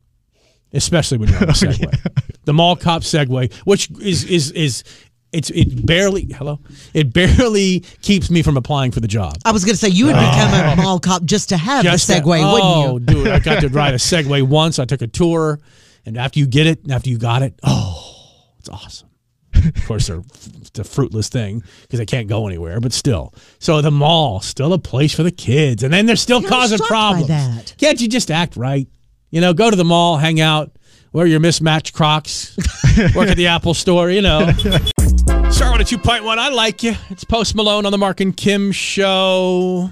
I: Especially when you're on the Segway, the mall cop Segway, which is is is it's it barely hello it barely keeps me from applying for the job.
J: I was going to say you would become a mall cop just to have
I: uh, Just
J: the
I: that-
J: Segway,
I: oh,
J: wouldn't you?
I: dude, I got to ride a Segway once. I took a tour, and after you get it, after you got it, oh, it's awesome. Of course, they're it's a fruitless thing because they can't go anywhere. But still, so the mall still a place for the kids, and then they're still
J: Yeah, I was
I: causing
J: shocked by
I: problems.
J: that.
I: Can't you just act right? You know, go to the mall, hang out, wear your mismatched Crocs, work at the Apple Store. You know. Start with a two point one. I like you. It's Post Malone on the Mark and Kim show.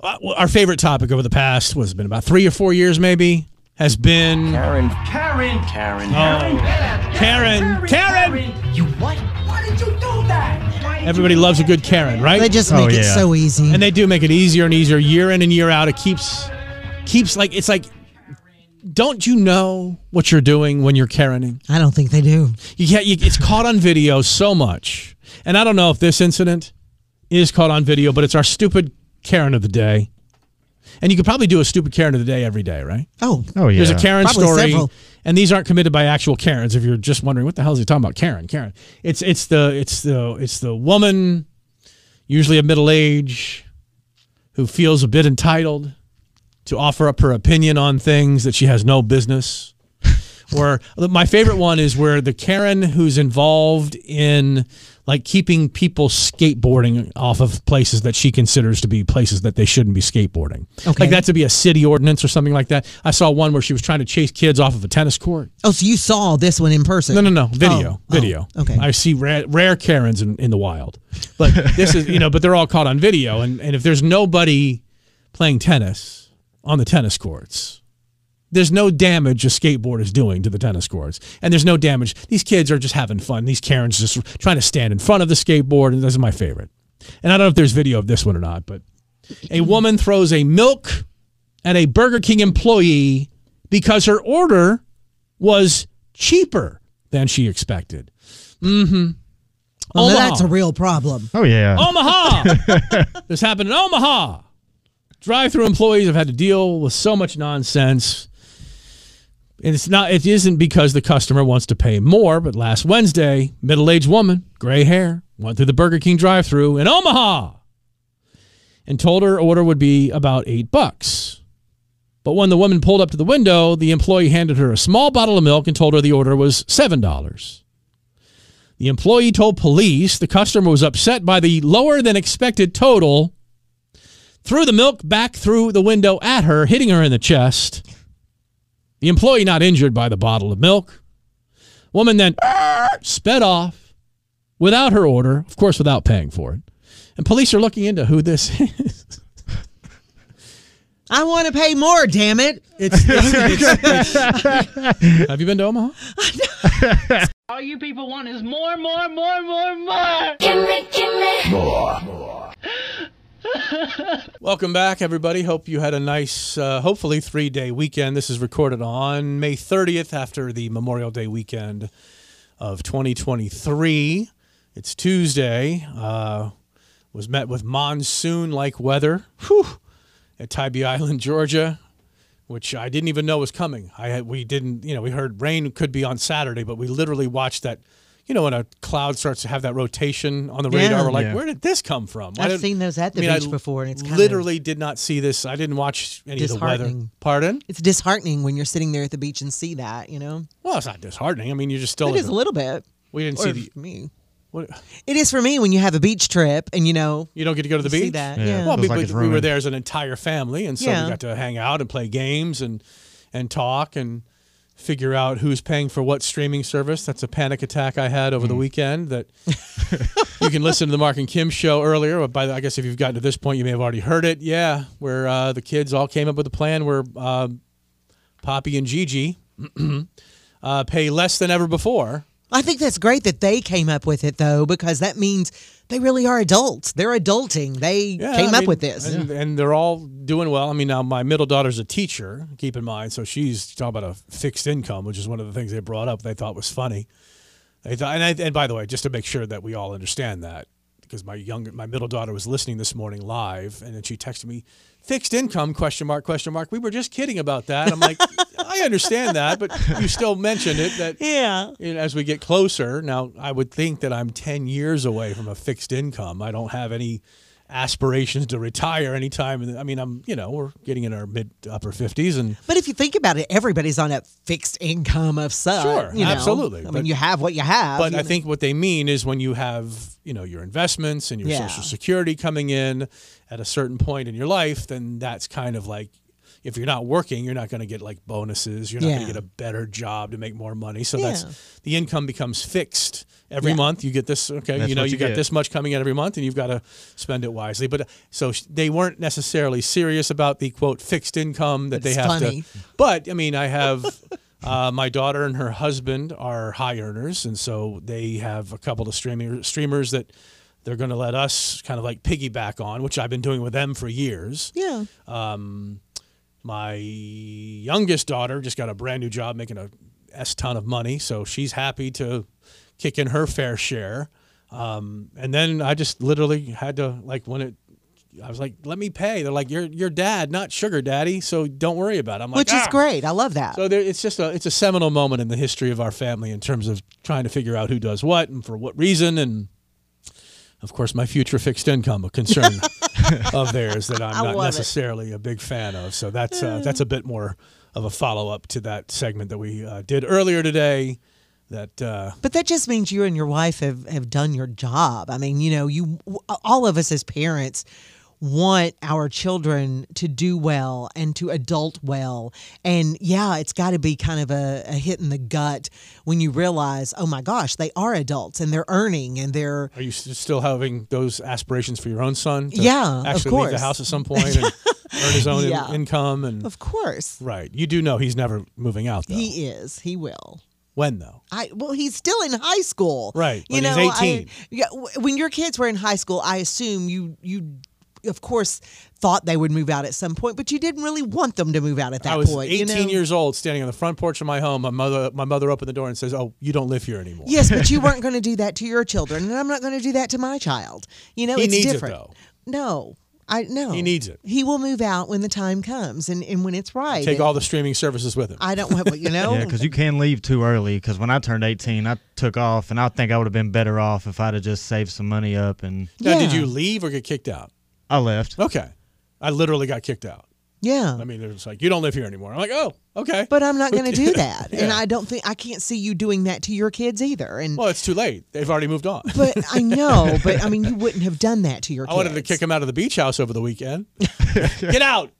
I: Uh, well, Our favorite topic over the past was been about three or four years, maybe, has been
G: Karen. Karen. Karen.
I: Oh. Karen. Karen.
G: You what? Why did you do that?
I: Everybody loves a good Karen, right?
J: They just make it so easy.
I: oh, and they do make it easier and easier year in and year out. It keeps keeps like it's like. Don't you know what you're doing when you're Karening?
J: I don't think they do.
I: You can't. You, it's caught on video so much, and I don't know if this incident is caught on video, but it's our stupid Karen of the day. And you could probably do a stupid Karen of the day every day, right?
J: Oh,
E: oh yeah.
I: There's a Karen
J: Probably
I: story,
J: several.
I: and these aren't committed by actual Karens. If you're just wondering what the hell is he talking about, Karen, Karen. It's it's the it's the it's the woman, usually of middle age, who feels a bit entitled to offer up her opinion on things that she has no business. or my favorite one is where the Karen who's involved in like keeping people skateboarding off of places that she considers to be places that they shouldn't be skateboarding.
J: Okay.
I: Like that to be a city ordinance or something like that. I saw one where she was trying to chase kids off of a tennis court.
J: Oh, so you saw this one in person?
I: No, no, no.
J: Oh,
I: Video,
J: oh,
I: video.
J: okay.
I: I see rare, rare Karens in, in the wild, but this is you know, but they're all caught on video, and and if there's nobody playing tennis on the tennis courts, there's no damage a skateboard is doing to the tennis courts, and there's no damage. These kids are just having fun. These Karens just trying to stand in front of the skateboard, and this is my favorite. And I don't know if there's video of this one or not, but a woman throws a milk at a Burger King employee because her order was cheaper than she expected. Mm-hmm.
J: Well, now
I: Omaha.
J: Oh, that's a real problem.
E: Oh yeah.
I: Omaha. this happened in Omaha. Drive-through employees have had to deal with so much nonsense. And it's not it isn't because the customer wants to pay more, but last Wednesday, middle-aged woman, gray hair, went through the Burger King drive-through in Omaha and told her order would be about 8 bucks. But when the woman pulled up to the window, the employee handed her a small bottle of milk and told her the order was $7. The employee told police the customer was upset by the lower than expected total, threw the milk back through the window at her, hitting her in the chest. The employee not injured by the bottle of milk. Woman then sped off without her order, of course, without paying for it. And police are looking into who this is.
J: I want to pay more. Damn it!
I: It's, Have you been to Omaha?
G: All you people want is more, more, more, more, more.
I: Welcome back, everybody. Hope you had a nice, uh, hopefully, three day weekend. This is recorded on May 30th after the Memorial Day weekend of 2023. It's Tuesday. Uh, was met with monsoon like weather whew, at Tybee Island, Georgia, which I didn't even know was coming. I had, we didn't, you know, we heard rain could be on Saturday, but we literally watched that. You know, when a cloud starts to have that rotation on the
J: Yeah.
I: radar, we're like,
J: Yeah.
I: where did this come from? Why
J: I've
I: did-
J: seen those at the
I: I
J: beach before, and it's kinda-
I: literally did not see this. I didn't watch any of the weather.
J: Disheartening.
I: Pardon?
J: It's disheartening when you're sitting there at the beach and see that. You know,
I: Well, it's not disheartening. I mean, you're just still.
J: it
I: in
J: is
I: the-
J: a little bit.
I: We didn't
J: Or
I: see the.
J: for me.
I: What,
J: It is for me when you have a beach trip and you know
I: you don't get to go to the
J: You
I: beach.
J: see that, Yeah. yeah.
I: Well,
J: Feels
I: we,
J: like
I: we-
J: it's
I: we were
J: ruined.
I: there as an entire family, and so
J: Yeah.
I: we got to hang out and play games and and talk and figure out who's paying for what streaming service. That's a panic attack I had
J: Hmm.
I: over the weekend. That you can listen to the Mark and Kim show earlier. But by the, I guess if you've gotten to this point, you may have already heard it. Yeah, where uh, the kids all came up with a plan where uh, Poppy and Gigi uh, pay less than ever before.
J: I think that's great that they came up with it though, because that means they really are adults. They're adulting. They
I: Yeah,
J: came
I: I
J: up
I: mean,
J: with this.
I: and, and they're all doing well. I mean, now my middle daughter's a teacher. Keep in mind, so she's talking about a fixed income, which is one of the things they brought up. They thought was funny. They thought, and, I, and by the way, just to make sure that we all understand that, because my young, my middle daughter was listening this morning live, and then she texted me, "Fixed income? Question mark? Question mark? We were just kidding about that." I'm like, I understand that, but you still mentioned it. That
J: Yeah.
I: you know, as we get closer now i would think that i'm 10 years away from a fixed income i don't have any aspirations to retire anytime in the- i mean i'm you know we're getting in our mid to upper 50s and
J: But if you think about it, everybody's on a fixed income of some.
I: Sure,
J: you know?
I: absolutely,
J: I
I: but-
J: mean, you have what you have.
I: but
J: you
I: i
J: know.
I: think what they mean is when you have you know your investments and your
J: Yeah.
I: social security coming in at a certain point in your life then that's kind of like if you're not working you're not going to get like bonuses you're not going
J: Yeah.
I: to get a better job to make more money so
J: Yeah.
I: that's the income becomes fixed every
J: Yeah.
I: month you get this okay
E: That's
I: you know
E: what
I: you,
E: you
I: got
E: get.
I: this much coming in every month and you've got to spend it wisely but uh, so sh- they weren't necessarily serious about the quote fixed income that they
J: It's
I: have
J: funny.
I: to but i mean i have uh, my daughter and her husband are high earners and so they have a couple of streamer, streamers that they're going to let us kind of like piggyback on which i've been doing with them for years
J: Yeah.
I: um, my youngest daughter just got a brand new job making a s ton of money, so she's happy to kick in her fair share. Um, and then I just literally had to like when it I was like, let me pay. They're like, you're your dad, not sugar daddy, so don't worry about it. I'm like,
J: Which is
I: "Ah."
J: great. I love that.
I: So there, it's just a it's a seminal moment in the history of our family in terms of trying to figure out who does what and for what reason and of course my future fixed income a concern of theirs that
J: I
I: I'm not
J: love it.
I: necessarily a big fan of. So that's uh, that's a bit more of a follow up to that segment that we uh, did earlier today. That uh,
J: But that just means you and your wife have, have done your job. I mean, you know, you all of us as parents want our children to do well and to adult well. And yeah, it's got to be kind of a, a hit in the gut when you realize, oh my gosh, they are adults and they're earning and they're
I: are you s- still having those aspirations for your own son? to
J: Yeah, of
I: actually leave
J: course.
I: the house at some point and earn his own in-
J: Yeah.
I: income and
J: Of course.
I: right. You do know he's never moving out though.
J: He is. He will.
I: when though?
J: I well, he's still in high school,
I: Right,
J: You
I: when he's
J: know,
I: 18.
J: I, yeah, w- when your kids were in high school, I assume you you. Of course, thought they would move out at some point, but you didn't really want them to move out at that
I: I was
J: point.
I: 18
J: you know?
I: years old, standing on the front porch of my home. My mother, my mother opened the door and says, "Oh, you don't live here anymore."
J: Yes, but you weren't going to do that to your children, and I'm not going to do that to my child. You know,
I: He
J: it's
I: needs it,
J: different.
I: though.
J: No, I no.
I: He needs it.
J: He will move out when the time comes, and, and when it's right.
I: Take all the streaming services with him.
J: I don't want, you know.
E: Yeah, because you can leave too early. Because when I turned 18, I took off, and I think I would have been better off if I'd have just saved some money up and
I: Now, did you leave or get kicked out?
E: I left.
I: Okay, I literally got kicked out.
J: yeah.
I: I mean, they're just like, "You don't live here anymore." I'm like, "Oh, okay."
J: But I'm not going to do that. And
I: Yeah.
J: I don't think I can't see you doing that to your kids either. And
I: well, it's too late. They've already moved on.
J: but I know, but I mean you wouldn't have done that to your
I: I
J: kids.
I: wanted to kick him out of the beach house over the weekend. Get out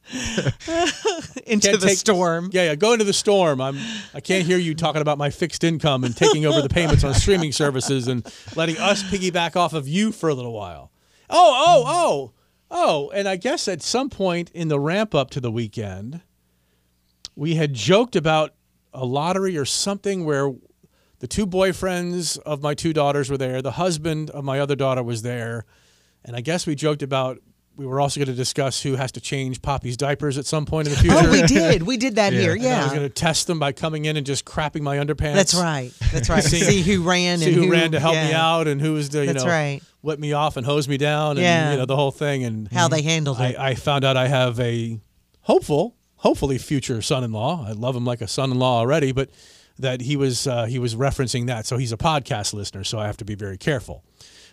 J: into
I: Can't
J: the
I: take-
J: storm.
I: Yeah, yeah. Go into the storm. I'm. I can't hear you talking about my fixed income and taking over the payments on streaming services and letting us piggyback off of you for a little while. Oh, oh, oh, oh. And I guess at some point in the ramp up to the weekend, we had joked about a lottery or something where the two boyfriends of my two daughters were there. The husband of my other daughter was there. And I guess we joked about we were also going to discuss who has to change Poppy's diapers at some point in the future.
J: Oh, we did. We did that
I: And
J: here.
I: I was
J: Yeah.
I: going to test them by coming in and just crapping my underpants.
J: That's right. That's right.
I: See-
J: see who ran
I: See
J: and
I: who, ran to help me
J: yeah.
I: out and who was to, you
J: That's
I: know,
J: right.
I: wet me off and hose me down and,
J: Yeah.
I: you know, the whole thing. And
J: How they handled
I: I,
J: it.
I: I found out I have a hopeful, hopefully future son-in-law. I love him like a son-in-law already, but that he was, uh, he was referencing that. So he's a podcast listener. So I have to be very careful.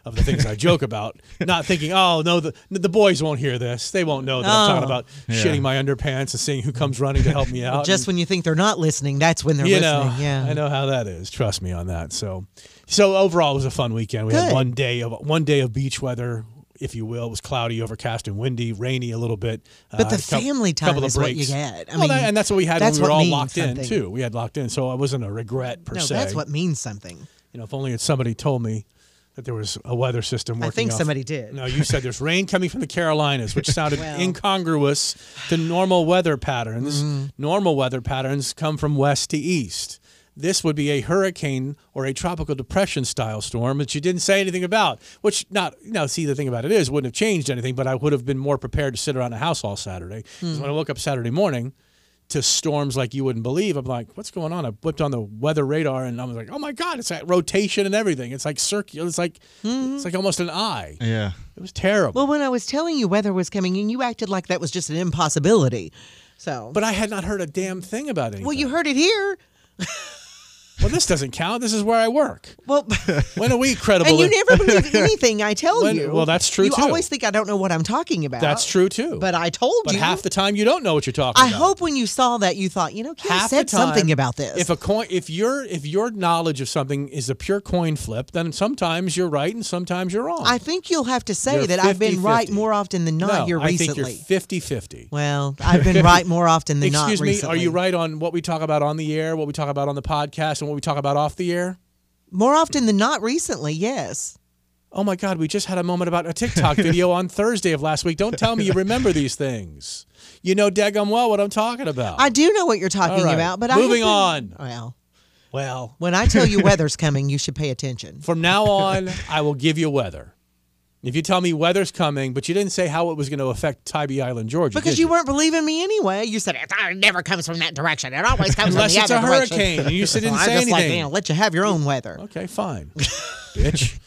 I: Of the things I joke about, not thinking, oh no, the the boys won't hear this. They won't know that I'm talking
J: Oh.
I: about
J: Yeah.
I: shitting my underpants and seeing who comes running to help me out.
J: Just when you think they're not listening, that's when they're
I: You know,
J: listening. yeah.
I: I know how that is. Trust me on that. So, so overall, it was a fun weekend. We had
J: Good.
I: one day of one day of beach weather, if you will. It was cloudy, overcast, and windy, rainy a little bit.
J: But the
I: had a cou-
J: family time
I: couple of
J: is what you
I: breaks.
J: get. I
I: well, that-
J: mean,
I: and that's what we had when
J: that's
I: we were
J: what
I: all
J: means
I: locked in
J: something.
I: too. We had locked in, so it wasn't a regret per
J: No,
I: se.
J: that's what means something.
I: you know. If only it's somebody told me. That there was a weather system working.
J: I think
I: off-
J: somebody did.
I: No, you said there's rain coming from the Carolinas, which sounded
J: Well.
I: incongruous to normal weather patterns.
J: Mm-hmm.
I: Normal weather patterns come from west to east. This would be a hurricane or a tropical depression style storm that you didn't say anything about. Which not now see the thing about it is wouldn't have changed anything, but I would have been more prepared to sit around a house all Saturday. 'Cause
J: Mm.
I: when I woke up Saturday morning to storms like you wouldn't believe, I'm like, what's going on? I whipped on the weather radar and I was like, oh my god, it's that rotation and everything. It's like circular. It's like
J: Hmm.
I: it's like almost an eye.
E: Yeah.
I: It was terrible.
J: Well, when I was telling you weather was coming in, you acted like that was just an impossibility. So
I: But I had not heard a damn thing about it.
J: Well, you heard it here.
I: Well, this doesn't count. This is where I work.
J: Well,
I: when are we credible?
J: And you
I: in-
J: never believe anything I tell
I: When-
J: you.
I: well, that's true,
J: You
I: too.
J: always think I don't know what I'm talking about.
I: That's true too.
J: But I told
I: But
J: you.
I: half the time you don't know what you're talking
J: I
I: about.
J: hope when you saw that you thought, you know, Kim
I: half
J: said
I: the time,
J: something about this.
I: If a coin, if your if your knowledge of something is a pure coin flip, then sometimes you're right and sometimes you're wrong.
J: I think you'll have to say
I: You're
J: that I've been right
I: 50-50.
J: more often than not
I: no,
J: here
I: I
J: recently.
I: think you're 50-50.
J: well, I've been right more often than not
I: Excuse me,
J: recently.
I: are you right on what we talk about on the air, what we talk about on the podcast, and what we talk about off the air?
J: More often than not recently, yes.
I: Oh my God, we just had a moment about a TikTok video on Thursday of last week. Don't tell me you remember these things. You know daggum well what I'm talking about.
J: I do know what you're talking
I: All right,
J: about, but
I: moving
J: I have
I: on.
J: been- Well,
I: Well,
J: when I tell you weather's coming, you should pay attention.
I: from now on, I will give you weather. If you tell me weather's coming, but you didn't say how it was going to affect Tybee Island, Georgia,
J: Because
I: did
J: you weren't believing me anyway. You said it uh, never comes from that direction. It always comes
I: Unless
J: from
I: it's
J: the
I: a
J: other direction."
I: hurricane, and you said- didn't
J: I
I: say
J: just Like,
I: anything.
J: you know, let you have your own weather.
I: Okay, fine, bitch.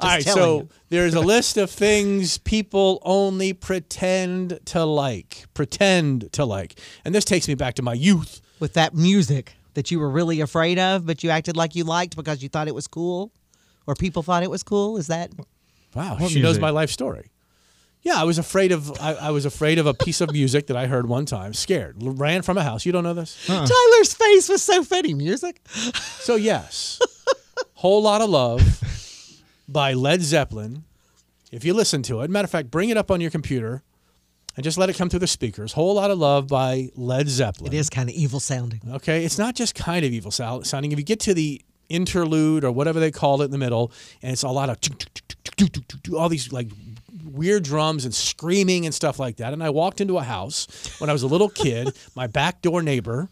I: All right,
J: telling
I: so
J: you.
I: there's a list of things people only pretend to like. Pretend to like. And this takes me back to my youth.
J: With that music that you were really afraid of, but you acted like you liked because you thought it was cool, or people thought it was cool. Is that?
I: Wow,
J: What
I: she knows
J: music?
I: my life story. Yeah, I was afraid of I, I was afraid of a piece of music that I heard one time. Scared, L- ran from a house. You don't know this,
J: Tyler's face was so funny. Music.
I: So yes, whole lot of love by Led Zeppelin. If you listen to it, matter of fact, bring it up on your computer and just let it come through the speakers. Whole lot of love by Led Zeppelin.
J: It is kind of evil sounding.
I: Okay, it's not just kind of evil sou- sounding. If you get to the interlude or whatever they call it in the middle, and it's a lot of tick, tick, tick, tick, tick, tick, tick, tick, all these like weird drums and screaming and stuff like that. And I walked into a house when I was a little kid. My back door neighbor,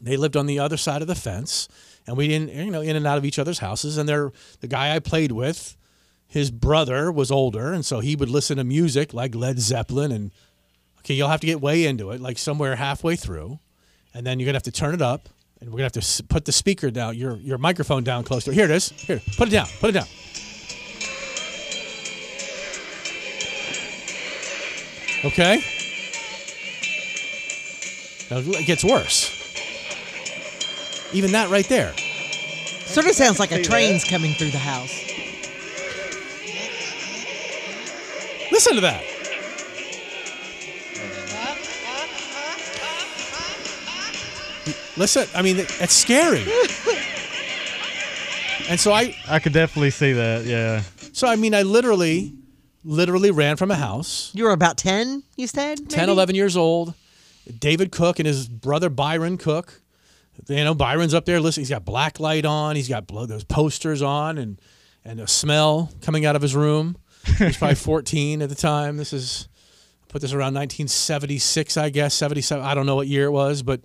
I: they lived on the other side of the fence, and we didn't you know in and out of each other's houses. And they're the guy I played with. His brother was older, and so he would listen to music like Led Zeppelin. And okay, you'll have to get way into it, like somewhere halfway through and then you're gonna have to turn it up, and we're gonna have to s- put the speaker down, your your microphone down closer. Here it is. Here, put it down. Put it down. Okay. Now it gets worse. Even that right there.
J: Sort of sounds like
I: See
J: a
I: that?
J: train's coming through the house.
I: Listen to that. Listen, I mean, that's scary. and so I,
E: I could definitely see that. Yeah.
I: so I mean, I literally, literally ran from a house.
J: You were about 10, you said?
I: 10,
J: maybe?
I: 11 years old. David Cook and his brother Byron Cook. You know, Byron's up there listening. He's got black light on. He's got blo- those posters on and, and a smell coming out of his room. He's probably 14 at the time. This is, I put this around 1976, I guess, 77. I don't know what year it was, but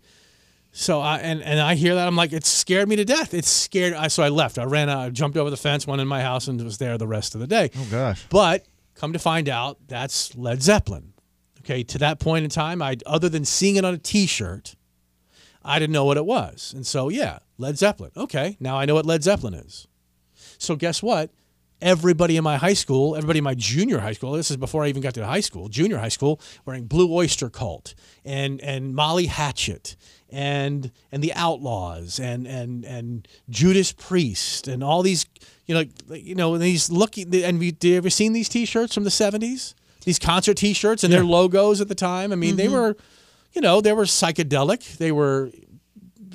I: so I, and, and I hear that. I'm like, it scared me to death. It scared. I, so I left. I ran out, I jumped over the fence, went in my house, and was there the rest of the day.
E: Oh gosh.
I: But come to find out, that's Led Zeppelin. Okay, to that point in time, I other than seeing it on a T-shirt, I didn't know what it was, and so yeah, Led Zeppelin. Okay, now I know what Led Zeppelin is. So guess what? Everybody in my high school, everybody in my junior high school, this is before I even got to high school, junior high school, wearing Blue Oyster Cult and and Molly Hatchet and and the Outlaws and and and Judas Priest and all these you know like, you know and these looking and we did you ever seen these t-shirts from the 70s? These concert t-shirts and their logos at the time. I mean, they were you know, they were psychedelic. They were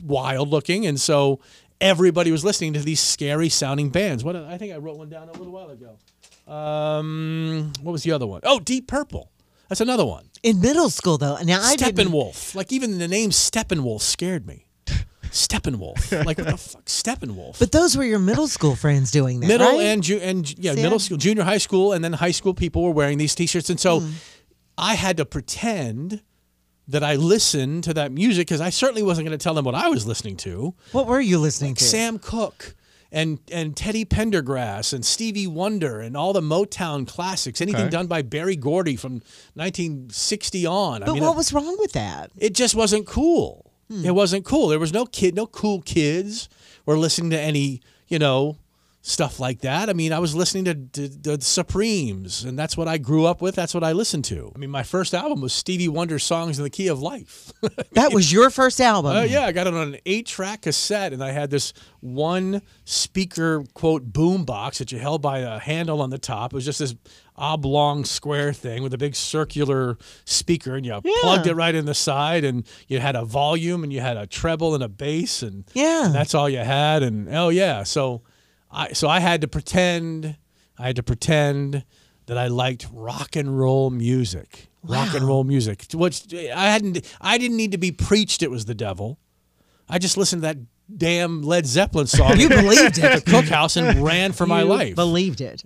I: wild looking and so everybody was listening to these scary sounding bands. What I think I wrote one down a little while ago. Um, what was the other one? Oh, Deep Purple. That's another one.
J: In middle school, though. Now, I didn't.
I: Steppenwolf. Like even the name Steppenwolf scared me. Steppenwolf. Like what the fuck? Steppenwolf.
J: But those were your middle school friends doing that.
I: Middle
J: right?
I: and ju- and ju- yeah,
J: See,
I: middle
J: I-
I: school, junior high school, and then high school people were wearing these T-shirts, and
J: Hmm.
I: so I had to pretend that I listened to that music because I certainly wasn't going to tell them what I was listening to.
J: What were you listening to?
I: Sam Cooke and and Teddy Pendergrass and Stevie Wonder and all the Motown classics, anything
J: Okay.
I: done by Barry Gordy from 1960 on.
J: But what Hmm. was wrong with that?
I: It just wasn't cool. It wasn't cool. There was no kid, no cool kids were listening to any, you know, stuff like that. I mean, I was listening to, to the Supremes, and that's what I grew up with. That's what I listened to. I mean, my first album was Stevie Wonder's "Songs in the Key of Life."
J: That was your first album.
I: Uh, yeah, I got it on an eight-track cassette, and I had this one speaker quote boom box that you held by a handle on the top. It was just this oblong square thing with a big circular speaker, and you plugged it right in the side, and you had a volume, and you had a treble and a bass, and
J: Yeah.
I: and that's all you had. And oh yeah, so I so I had to pretend, I had to pretend that I liked rock and roll music. Rock and roll music. Which I hadn't I didn't need to be preached it was the devil. I just listened to that damn Led Zeppelin song.
J: You believed it.
I: at the cookhouse and ran for my
J: You
I: life.
J: Believed it.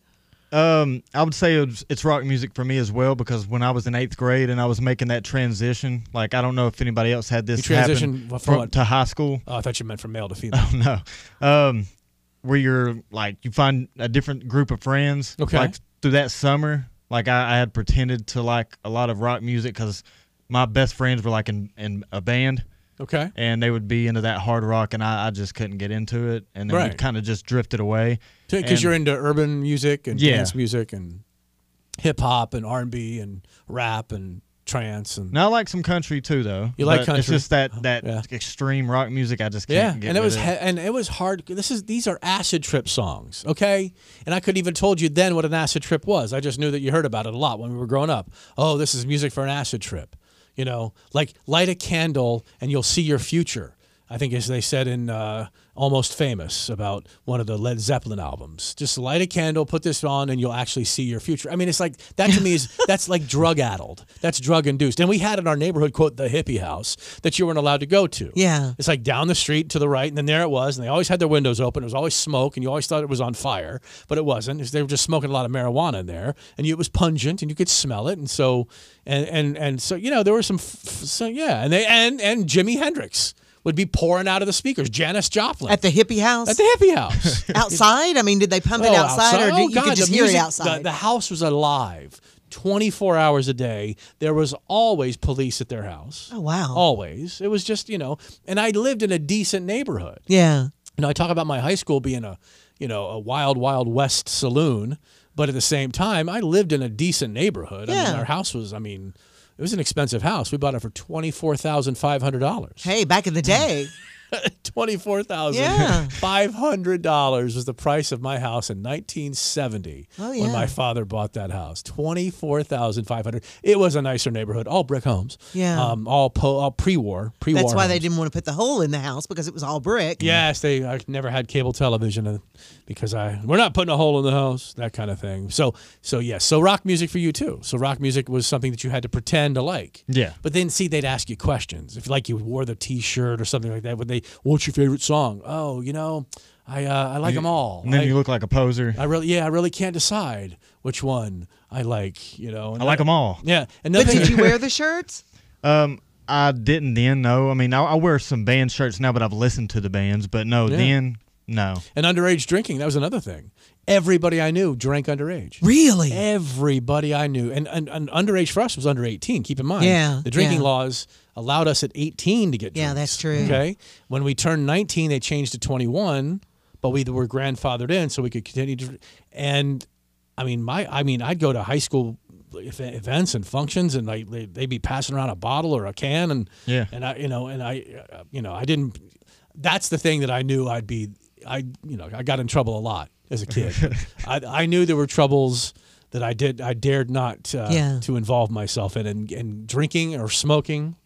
E: Um, I would say it's, it's rock music for me as well because when I was in eighth grade and I was making that transition, like I don't know if anybody else had this
I: You
E: happen
I: transitioned from
E: from-
I: what?
E: to high school.
I: Oh, I thought you meant from male to female.
E: no, um, where you're like you find a different group of friends.
I: Okay.
E: Like through that summer, like I, I had pretended to like a lot of rock music because my best friends were like in in a band.
J: Oh.
I: Okay.
E: And they would be into that hard rock, and I, I just couldn't get into it. And then we
I: Right.
E: kind of just drifted away.
I: Because
E: And-
I: you're into urban music and
E: Yeah.
I: dance music and hip hop and R and B and rap and trance and
E: Now I like some country too, though.
I: You like
E: But It's
I: country?
E: just that that extreme rock music. I just
I: yeah.
E: can't get
I: And it
E: with
I: was he- and it was hard. This is these are acid trip songs, okay? And I could even told you then what an acid trip was. I just knew that you heard about it a lot when we were growing up. Oh, this is music for an acid trip. You know, like light a candle and you'll see your future. I think as they said in uh, Almost Famous about one of the Led Zeppelin albums. Just light a candle, put this on, and you'll actually see your future. I mean, it's like that to me is that's like drug addled. That's drug induced. And we had in our neighborhood, quote, the hippie house that you weren't allowed to go to.
J: Yeah.
I: It's like down the street to the right, and then there it was, and they always had their windows open. It was always smoke, and you always thought it was on fire, but it wasn't. It's- They were just smoking a lot of marijuana in there, and you, it was pungent, and you could smell it, and so and and and so you know there were some, f- f- so yeah, and they and and Jimi Hendrix would be pouring out of the speakers, Janis Joplin
J: At the hippie house?
I: at the hippie house.
J: outside? I mean, did they pump it
I: Oh,
J: outside, or
I: Oh,
J: did, you
I: God,
J: could
I: the
J: just hear
I: music-
J: it
I: the-
J: outside?
I: The, house was alive 24 hours a day. There was always police at their house.
J: Oh, wow.
I: Always. It was just, you know, and I lived in a decent neighborhood.
J: yeah.
I: You know, I talk about my high school being a, you know, a wild, wild west saloon, but at the same time, I lived in a decent neighborhood. I mean,
J: Yeah.
I: our house was, I mean, it was an expensive house. We bought it for twenty four thousand five hundred dollars.
J: Hey, back
I: Mm.
J: in the day.
I: Twenty-four thousand
J: Yeah.
I: five hundred dollars was the price of my house in 1970
J: Oh, yeah.
I: when my father bought that house. Twenty-four thousand five hundred. It was a nicer neighborhood, all brick homes.
J: Yeah.
I: um, all, po- all pre-war, pre-war.
J: That's why
I: homes.
J: they didn't want to put the hole in the house because it was all brick.
I: Yes, they. I never had cable television uh, because I we're not putting a hole in the house, that kind of thing. So so yes, so rock music for you too. So rock music was something that you had to pretend to like.
E: Yeah.
I: But then see, they'd ask you questions if like you wore the T-shirt or something like that. Would they? What's your favorite song? Oh, you know, I uh, I like them all.
E: And then
I: I,
E: you look like a poser.
I: I really yeah, I really can't decide which one I like. You know,
E: I like 'em all.
I: Yeah,
J: But
I: another-
J: did you wear the shirts?
E: Um, I didn't then. No, I mean I, I wear some band shirts now, but I've listened to the bands. But no,
I: Yeah.
E: then no.
I: And underage drinking, that was another thing. Everybody I knew drank underage.
J: Really?
I: Everybody I knew. And, and, and underage for us was under 18, keep in mind.
J: Yeah,
I: The drinking
J: yeah.
I: laws allowed us at 18 to get drinks.
J: Yeah, that's true.
I: Okay? When we turned 19, they changed to 21, but we were grandfathered in so we could continue to. And I mean, my, I mean, I'd go to high school ev- events and functions and like they- they'd be passing around a bottle or a can and
E: Yeah.
I: and I, you know, and I, uh, you know, I didn't. That's the thing that I knew I'd be. I, you know, I got in trouble a lot as a kid. I, I knew there were troubles that I did. I dared not uh,
J: Yeah.
I: to involve myself in, and and drinking or smoking.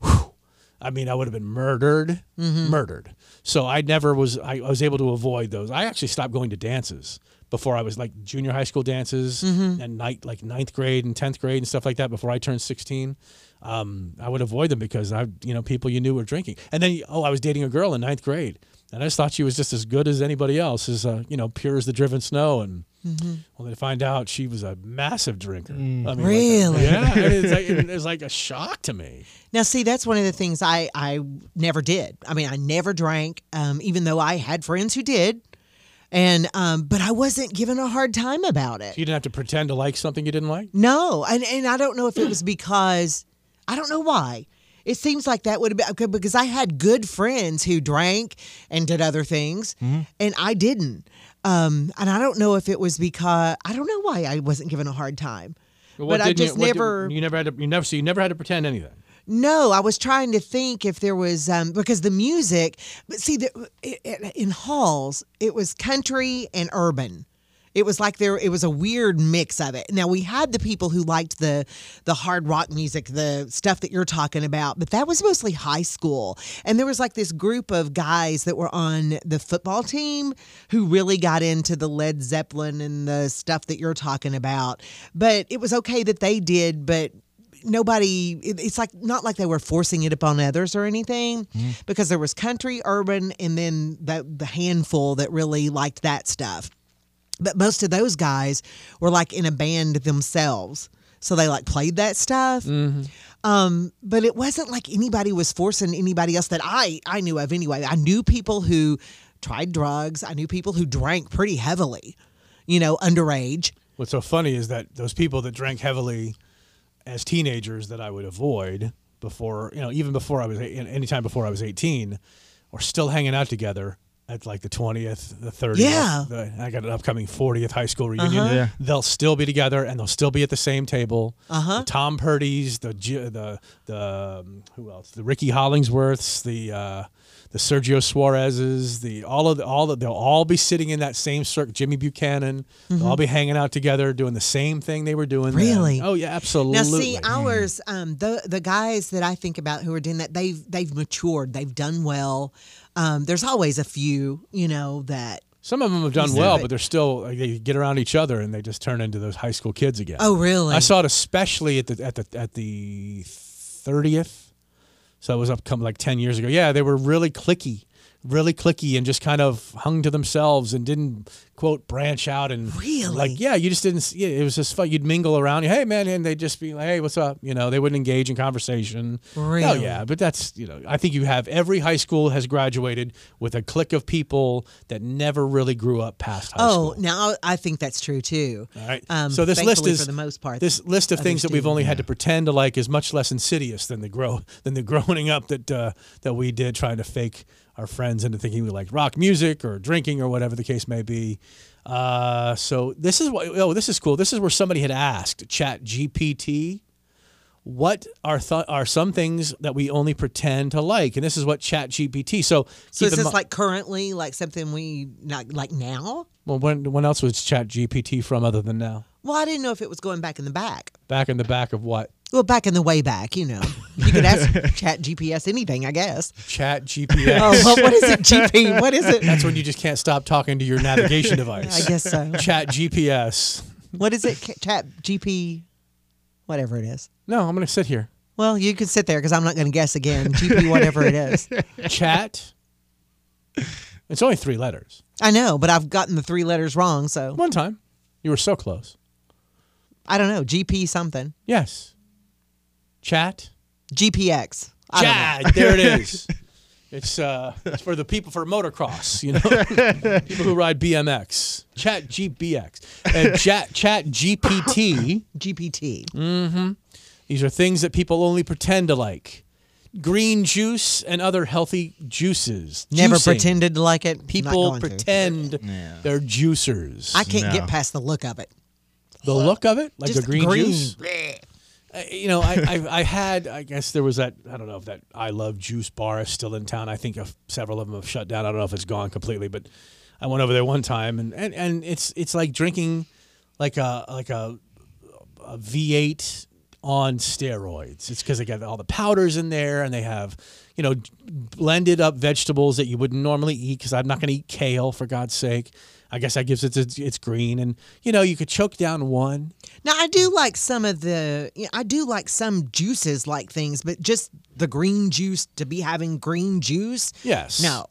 I: whew, I mean, I would have been murdered,
J: Mhm.
I: murdered. So I never was. I, I was able to avoid those. I actually stopped going to dances before I was like junior high school dances
J: Mhm.
I: and night like ninth grade and tenth grade and stuff like that. Before I turned sixteen, um, I would avoid them because I, you know, people you knew were drinking. And then, oh, I was dating a girl in ninth grade, and I just thought she was just as good as anybody else, as uh, you know, pure as the driven snow. And
J: Mm-hmm.
I: well, to find out she was a massive drinker. I mean, like a-
J: Really?
I: yeah. I mean, it's like, it was like a shock to me.
J: Now, see, that's one of the things I, I never did. I mean, I never drank, um, even though I had friends who did. And um, but I wasn't given a hard time about it.
I: You didn't have to pretend to like something you didn't like.
J: No, and and I don't know if it was because I don't know why. It seems like that would have been okay because I had good friends who drank and did other things, and I didn't. Um, and I don't know if it was because I don't know why I wasn't given a hard time, but I just never.
I: you never had to. You never. So you never had to pretend anything.
J: No, I was trying to think if there was um, because the music. But see, the, i- i- in halls, it was country and urban. It was like there. It was a weird mix of it. Now we had the people who liked the the hard rock music, the stuff that you're talking about, but that was mostly high school. And there was like this group of guys that were on the football team who really got into the Led Zeppelin and the stuff that you're talking about. But it was okay that they did, but nobody it- it's like not like they were forcing it upon others or anything because there was country urban and then the, the handful that really liked that stuff but most of those guys were like in a band themselves so they like played that stuff um, but it wasn't like anybody was forcing anybody else that i i knew of anyway i knew people who tried drugs i knew people who drank pretty heavily you know underage
I: What's so funny is that those people that drank heavily as teenagers that I would avoid before you know even before I was eight- anytime before I was eighteen, are still hanging out together at like the twentieth, the thirtieth.
J: Yeah.
I: I got an upcoming fortieth high school reunion.
J: Uh-huh. Yeah.
I: They'll still be together and they'll still be at the same table.
J: Uh-huh.
I: The Tom Purdy's, the J- the the um, who else? The Ricky Hollingsworths, the. Uh, the Sergio Suarez's, the all of the, all of, they'll all be sitting in that same circle. Jimmy Buchanan, they'll all
J: Mhm.
I: be hanging out together, doing the same thing they were doing. then.
J: Really?
I: Oh yeah, absolutely.
J: Now, see, ours, um, the the guys that I think about who are doing that, they've they've matured, they've done well. Um, there's always a few, you know, that.
I: Some of them have done well, but they're still like, they get around each other and they just turn into those high school kids again.
J: Oh, really?
I: I saw it especially at the at the at the thirtieth. So it was up come like ten years ago. Yeah, they were really clicky, really clicky, and just kind of hung to themselves and didn't quote branch out and
J: Really?
I: like yeah, you just didn't. s- Yeah, it was just fun. You'd mingle around. Hey man, and they'd just be like, hey, what's up? You know, they wouldn't engage in conversation. Oh
J: Really?
I: yeah, but that's you know, I think you have every high school has graduated with a clique of people that never really grew up past high school.
J: oh, now I I think that's true too.
I: All right.
J: Um,
I: so this list
J: thankfully
I: is
J: for the most part.
I: This list of things that
J: others
I: we've
J: do.
I: only had to pretend to like is much less insidious than the grow than the growing up that uh, that we did trying to fake our friends into thinking we liked rock music or drinking or whatever the case may be. Uh, so this is what oh this is cool. This is where somebody had asked Chat GPT. What are th- are some things that we only pretend to like? And this is what Chat GPT. So,
J: So
I: keep
J: is
I: in
J: this
I: mi-
J: like currently, like something we not like now?
I: well, when when else was Chat GPT from other than now?
J: Well, I didn't know if it was going back in the back.
I: Back in the back of what?
J: Well, back in the way back, you know, you could ask Chat GPS anything, I guess.
I: Chat GPS.
J: Oh, what- what is it, GP? What is it?
I: That's when you just can't stop talking to your navigation device.
J: I guess so.
I: Chat GPS.
J: What is it? Ca- Chat GP, whatever it is.
I: No, I'm going to sit here.
J: Well, you could sit there because I'm not going to guess again. GP, whatever it is.
I: Chat. It's only three letters.
J: I know, but I've gotten the three letters wrong. So
I: one time, you were so close.
J: I don't know. GP something.
I: Yes. Chat.
J: GPX. I don't know.
I: Chat. There it is. It's uh, it's for the people for motocross, you know, people who ride BMX. Chat GBX and Chat Chat GPT.
J: GPT.
I: Mm-hmm. These are things that people only pretend to like. Green juice and other healthy juices.
J: Never
I: Juicing.
J: pretended to like it. Not
I: People
J: going to.
I: pretend they're juicers.
J: I can't get past the look of it.
I: the look of it, like
J: Just
I: the green,
J: green.
I: juice. Uh, You know, I, I I had I guess there was that I don't know if that I love juice bar is still in town. I think of several of them have shut down. I don't know if it's gone completely, but I went over there one time and and, and it's it's like drinking like a like a a V8 on steroids. It's because they got all the powders in there and they have, you know, blended up vegetables that you wouldn't normally eat because I'm not going to eat kale for God's sake. I guess that gives it its, its green. And, you know, you could choke down one.
J: Now I do like some of the you know, I do like some juices like things, but just the green juice to be having green juice.
I: Yes.
J: No.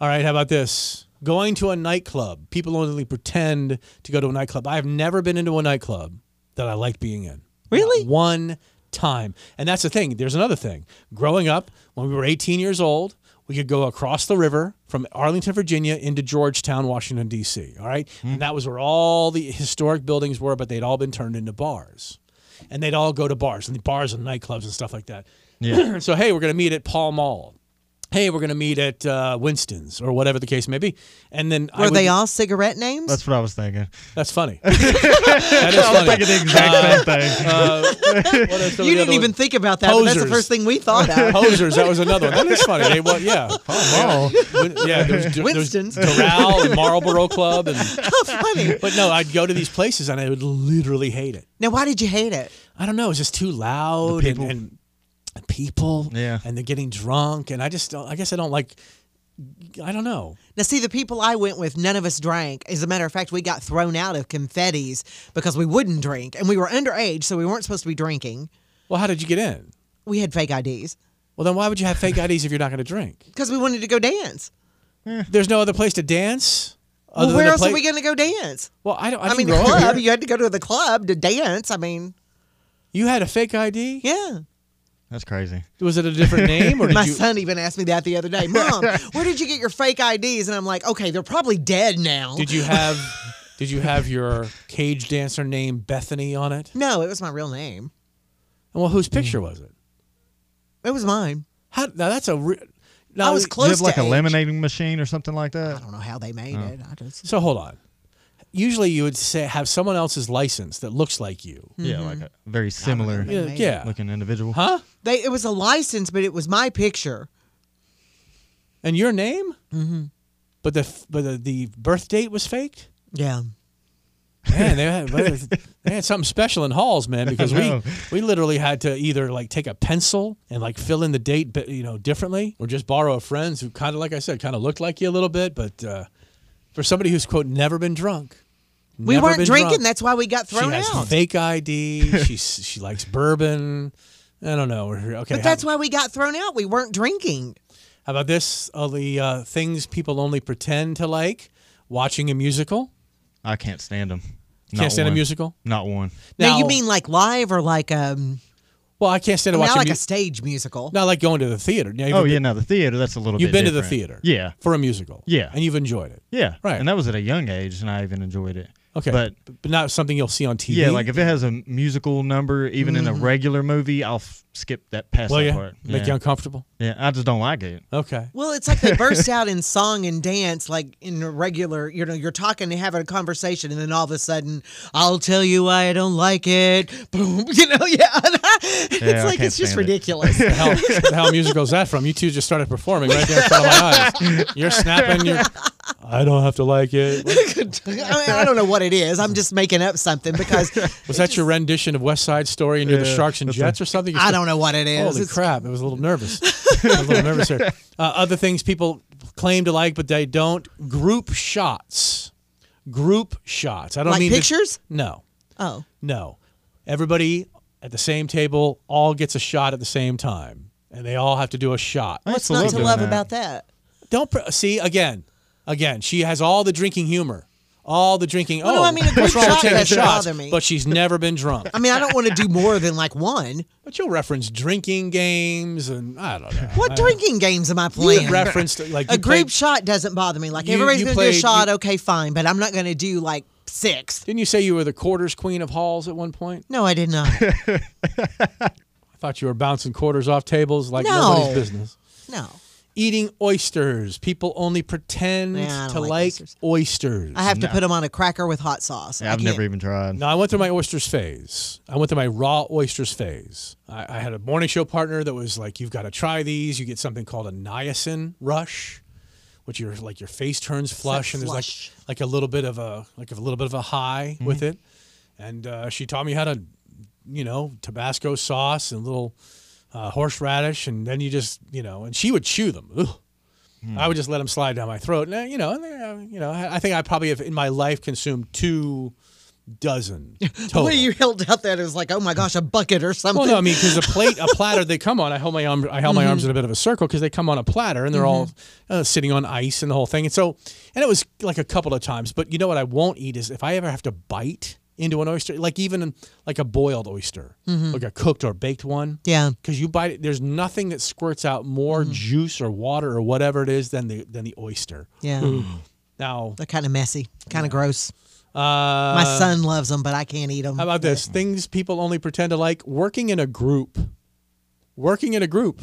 I: All right, how about this? Going to a nightclub. People only pretend to go to a nightclub. I have never been into a nightclub that I like being in. Really? one time. And that's the thing. There's another thing. Growing up, when we were 18 years old, we could go across the river from Arlington, Virginia into Georgetown, Washington, D.C. All right? And that was where all the historic buildings were, but they'd all been turned into bars. And they'd all go to bars and bars and nightclubs and stuff like that.
E: Yeah.
I: so, hey, we're going to meet at Pall Mall. Hey, we're going to meet at uh, Winston's or whatever the case may be. And then I
J: Were
I: would-
J: they all cigarette names?
E: That's what I was thinking.
I: That's funny. that is
E: I was
I: funny.
E: thinking the exact same thing.
I: uh, what are some of the
J: you
I: other
J: didn't even
I: ones?
J: think about that. But that's the
I: Posers.
J: first thing we thought of.
I: Posers. That was another one. That is funny. They, well, yeah. Pall Mall. Yeah. There was, there was
J: Winston's.
I: Doral and Marlboro Club. And, How
J: Oh, funny.
I: But no, I'd go to these places and I would literally hate it.
J: Now why did you hate it?
I: I don't know. It's just too loud
J: The people.
I: and, and people. Yeah. And they're getting drunk. And I just don't, I guess I don't like, I don't know.
J: Now see the people I went with, none of us drank. As a matter of fact, we got thrown out of confettis because we wouldn't drink. And we were underage, so we weren't supposed to be drinking.
I: Well, how did you get in?
J: We had fake IDs.
I: Well, then why would you have fake IDs if you're not going to drink?
J: Because we wanted to go dance.
I: There's no other place to dance. other
J: well,
I: than
J: where
I: the
J: else
I: pla-
J: are we going to go dance?
I: Well, I don't. I,
J: I, mean,
I: didn't
J: the
I: grow up
J: club.
I: here.
J: You had to go to the club to dance. I mean,
I: You had a fake ID?
J: Yeah.
E: That's crazy.
I: Was it a different name or did
J: My
I: you?
J: son even asked me that the other day. Mom, where did you get your fake IDs? And I'm like, okay, they're probably dead now.
I: Did you have? did you have your cage dancer name Bethany on it?
J: No, it was my real name. Mm.
I: Well, whose picture was it?
J: It was mine.
I: How, now that's a. Re-
J: I was
E: Do you
J: close
E: have like
J: to
E: a
J: age.
E: laminating machine or something like that? I
J: don't know how they made
I: Oh.
J: it. I just
I: So hold on. Usually you would say have someone else's license that looks like you.
E: Yeah, like a very similar
J: they Yeah, made it.
I: yeah.
E: looking individual.
I: Huh?
J: They it was a license, but it was my picture.
I: And your name?
J: Mm-hmm.
I: But the f- but the, the birth date was faked.
J: Yeah.
I: Man, they had, they had something special in halls, man, because we
E: know.
I: we literally had to either like take a pencil and like fill in the date, but you know, differently, or just borrow a friend's who kind of, like I said, kind of looked like you a little bit. But uh, for somebody who's quote never been drunk,
J: We
I: never
J: weren't
I: been
J: drinking.
I: drunk,
J: That's why we got thrown
I: she has
J: out.
I: Fake ID. she she likes bourbon. I don't know. We're- Okay,
J: but
I: how,
J: that's why we got thrown out. We weren't drinking.
I: how about this? All the uh, things people only pretend to like: watching a musical.
E: I can't stand them.
I: Can't stand a musical?
E: Not one.
J: Now, you mean like live or like um?
I: Well, I can't stand to
J: now
I: watch a
J: like
I: mu-
J: a stage musical.
I: not like going to the theater. Now, you've
E: oh
I: been-
E: yeah, no, the theater. That's a little.
I: You've
E: bit
I: been to the
E: different.
I: theater.
E: Yeah,
I: for a musical.
E: Yeah.
I: and you've enjoyed it.
E: yeah,
I: Right.
E: And that was at a young age, and I even enjoyed it.
I: Okay,
E: but
I: but not something you'll see on TV.
E: yeah, like if it has a musical number, even in a
I: Mhm.
E: regular movie, I'll f- skip that past
I: Will
E: that
I: ya?
E: part.
I: Make you uncomfortable?
E: Yeah, I just don't like it.
I: Okay.
J: Well, it's like they burst out in song and dance, like in a regular, you know, you're talking and having a conversation, and then all of a sudden, I'll tell you why I don't like it. Boom, you know, yeah. it's
I: Yeah, I
J: like,
I: can't
J: it's just
I: stand it.
J: ridiculous.
I: the hell, the hell musical is that from? You two just started performing right there in front of my eyes. You're snapping. You're, I don't have to like it.
J: I, mean, I don't know what it is. I'm just making up something because
I: Was that your rendition of West Side Story and you're the
J: Yeah,
I: Sharks and
J: that's
I: Jets
J: a-
I: or something?
J: I don't know what it is.
I: Holy
J: It's-
I: crap! I was a little nervous. I was a little nervous here. Uh, other things people claim to like but they don't: group shots. Group shots. I don't
J: Like
I: mean to-
J: pictures?
I: no.
J: Oh.
I: No. Everybody at the same table all gets a shot at the same time, and they all have to do a shot.
J: what's not to love about that?
I: Don't pr- see again, again. She has all the drinking humor, all the drinking.
J: Well,
I: oh,
J: no, I mean, a
I: what's
J: group
I: wrong with
J: shot
I: taking
J: doesn't
I: shots?
J: bother me.
I: But she's never been drunk.
J: I mean, I don't want to do more than like one.
I: But you'll reference drinking games and I don't know.
J: What
I: I-
J: drinking games am I
I: You
J: playing?
I: referenced, like,
J: a
I: you
J: group
I: played-
J: shot doesn't bother me. Like
I: You-
J: everybody's
I: you
J: gonna do a
I: played-
J: shot, okay, fine, but I'm not gonna do like six.
I: Didn't you say you were the quarters queen of halls at one point?
J: No, I did not.
I: I thought you were bouncing quarters off tables like
J: No.
I: nobody's business.
J: No.
I: Eating oysters. People only pretend
J: Yeah, I don't
I: to
J: like
I: like, oysters.
J: I have to put them on a cracker with hot sauce. I can't-
E: even tried.
I: No, I went through my oysters phase. I went through my raw oysters phase. I, I had a morning show partner that was like, "You've got to try these. You get something called a niacin rush, which your like your face turns flush, and there's
J: flush?
I: like like a little bit of a like a little bit of a high with it." And uh, she taught me how to, you know, Tabasco sauce and little uh, horseradish, and then you just you know, and she would chew them. Ugh. I would just let them slide down my throat, and uh, you know, and, uh, you know, I I think I probably have in my life consumed two dozen
J: The
I: total.
J: way you held out that it was like, oh my gosh, a bucket or something.
I: Oh. Well, no, I mean because a plate, a platter they come on. I held my arm, I held my arms in a bit of a circle because they come on a platter and they're all uh, sitting on ice and the whole thing. And so, and it was like a couple of times. But you know what I won't eat is if I ever have to bite into an oyster, like even like a boiled oyster,
J: Mhm.
I: like a cooked or baked one.
J: Yeah.
I: because you bite it, there's nothing that squirts out more juice or water or whatever it is than the than the oyster.
J: Yeah.
I: Mm. Now,
J: They're kind of messy, kind of gross.
I: uh,
J: My son loves them, but I can't eat them.
I: How about this? Things people only pretend to like working in a group. Working in a group.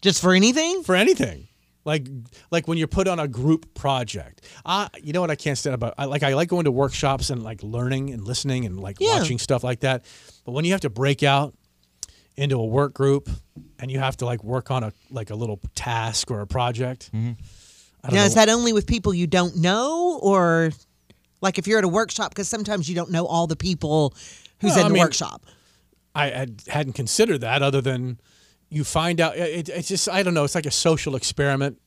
J: Just for anything?
I: For anything. Like like when you're put on a group project. I you know what I can't stand about I like I like going to workshops and like learning and listening and like
J: Yeah.
I: watching stuff like that. But when you have to break out into a work group and you have to like work on a like a little task or a project. I don't
J: Now,
I: know.
J: is that only with people you don't know, or like if you're at a workshop? Because sometimes you don't know all the people who's
I: Well,
J: in
I: I
J: the
I: mean-
J: workshop.
I: I had, hadn't considered that other than you find out. It, it's just, I don't know. It's like a social experiment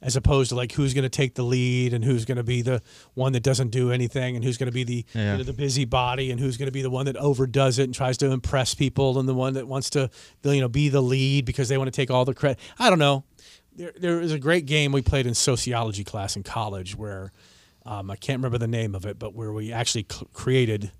I: as opposed to like who's going to take the lead and who's going to be the one that doesn't do anything and who's going to be the,
E: Yeah.
I: you know, the busybody and who's going to be the one that overdoes it and tries to impress people and the one that wants to, you know, be the lead because they want to take all the credit. I don't know. There, there was a great game we played in sociology class in college where um, I can't remember the name of it, but where we actually c- created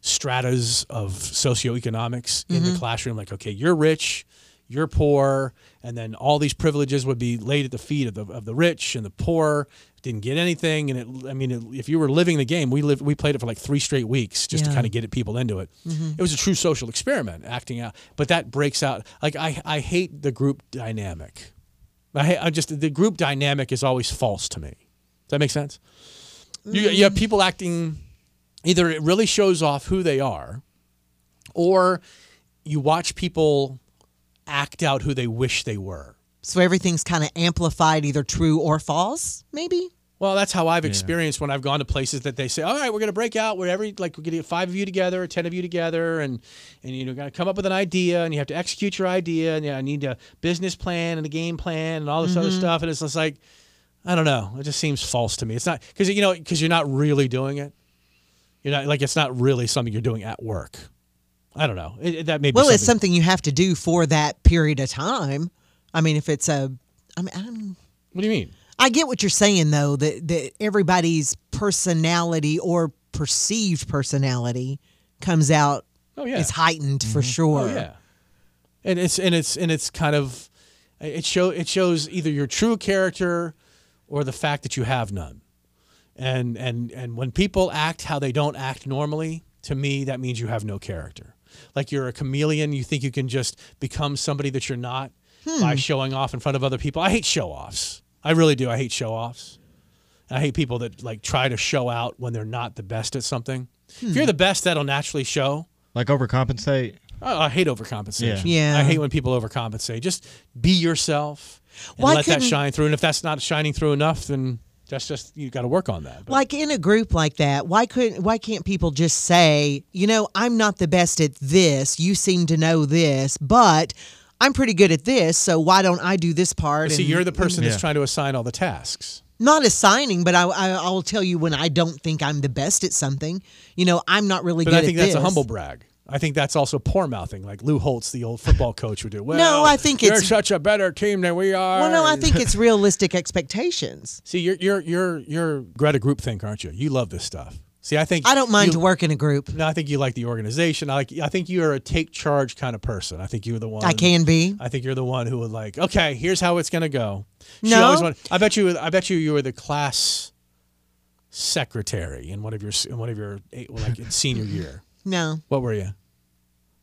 I: stratas of socioeconomics in the
M: Mhm.
I: classroom. Like, okay, you're rich, you're poor, and then all these privileges would be laid at the feet of the of the rich and the poor. Didn't get anything, and it, I mean, it, if you were living the game, we lived, we played it for like three straight weeks just to
M: Yeah.
I: kind of get it, people into it.
M: Mhm.
I: It was a true social experiment, acting out. But that breaks out. Like I, I hate the group dynamic. I, hate, I just the group dynamic is always false to me. Does that make sense? You, you have people acting. Either it really shows off who they are, or you watch people act out who they wish they were.
J: So everything's kind of amplified, either true or false, maybe?
I: Well, that's how I've experienced when I've gone to places that they say, "All right, we're going to break out. Where every like we're going to get five of you together, or ten of you together, and and you know, got to come up with an idea, and you have to execute your idea, and you know, I need a business plan and a game plan and all this
J: Mm-hmm.
I: other
M: Mhm.
I: stuff." And it's just like, I don't know, it just seems false to me. It's not because you know because you're not really doing it. You're not like it's not really something you're doing at work. I don't know. It, it- that may be
J: well,
I: something.
J: it's something you have to do for that period of time. I mean, if it's a, I mean, I'm,
I: what do you mean?
J: I get what you're saying though. That that everybody's personality or perceived personality comes out.
I: Oh, yeah.
J: is heightened for sure.
I: Oh, yeah. And it's and it's and it's kind of it show it shows either your true character or the fact that you have none. And and and when people act how they don't act normally, to me that means you have no character. Like you're a chameleon, you think you can just become somebody that you're not by
M: Hmm.
I: showing off in front of other people. I hate show-offs. I really do. I hate show-offs. And I hate people that like try to show out when they're not the best at something. If you're the best, that'll naturally show.
E: Like overcompensate.
I: I, I hate overcompensation.
E: Yeah. Yeah.
I: I hate when people overcompensate. Just be yourself and
J: Why
I: let that
J: couldn't-
I: shine through. And if that's not shining through enough, then that's just you got to work on that.
J: Like in a group like that, why couldn't why can't people just say, you know, I'm not the best at this. You seem to know this, but I'm pretty good at this. So why don't I do this part?
I: See,
J: and-
I: you're the person
J: Yeah.
I: that's trying to assign all the tasks.
J: not assigning, but I, I I'll tell you when I don't think I'm the best at something. You know, I'm not really
I: But
J: good
I: I think
J: at
I: that's a
J: this.
I: humble brag. I think that's also poor mouthing, like Lou Holtz, the old football coach, would do. Well,
J: I think
I: you're
J: it's-
I: such a better team than we are.
J: Well, no, I think it's realistic expectations.
I: See, you're you're you're you're Greta groupthink, aren't you? You love this stuff. See, I think
J: I don't mind
I: you-
J: to work in a group.
I: No, I think you like the organization. I like. I think you're a take charge kind of person. I think you're the one.
J: I can be.
I: I think you're the one who would like. Okay, here's how it's gonna go.
J: No.
I: wanted- I bet you. I bet you. You were the class secretary in one of your in one of your eight, like in senior year.
J: No,
I: What were you?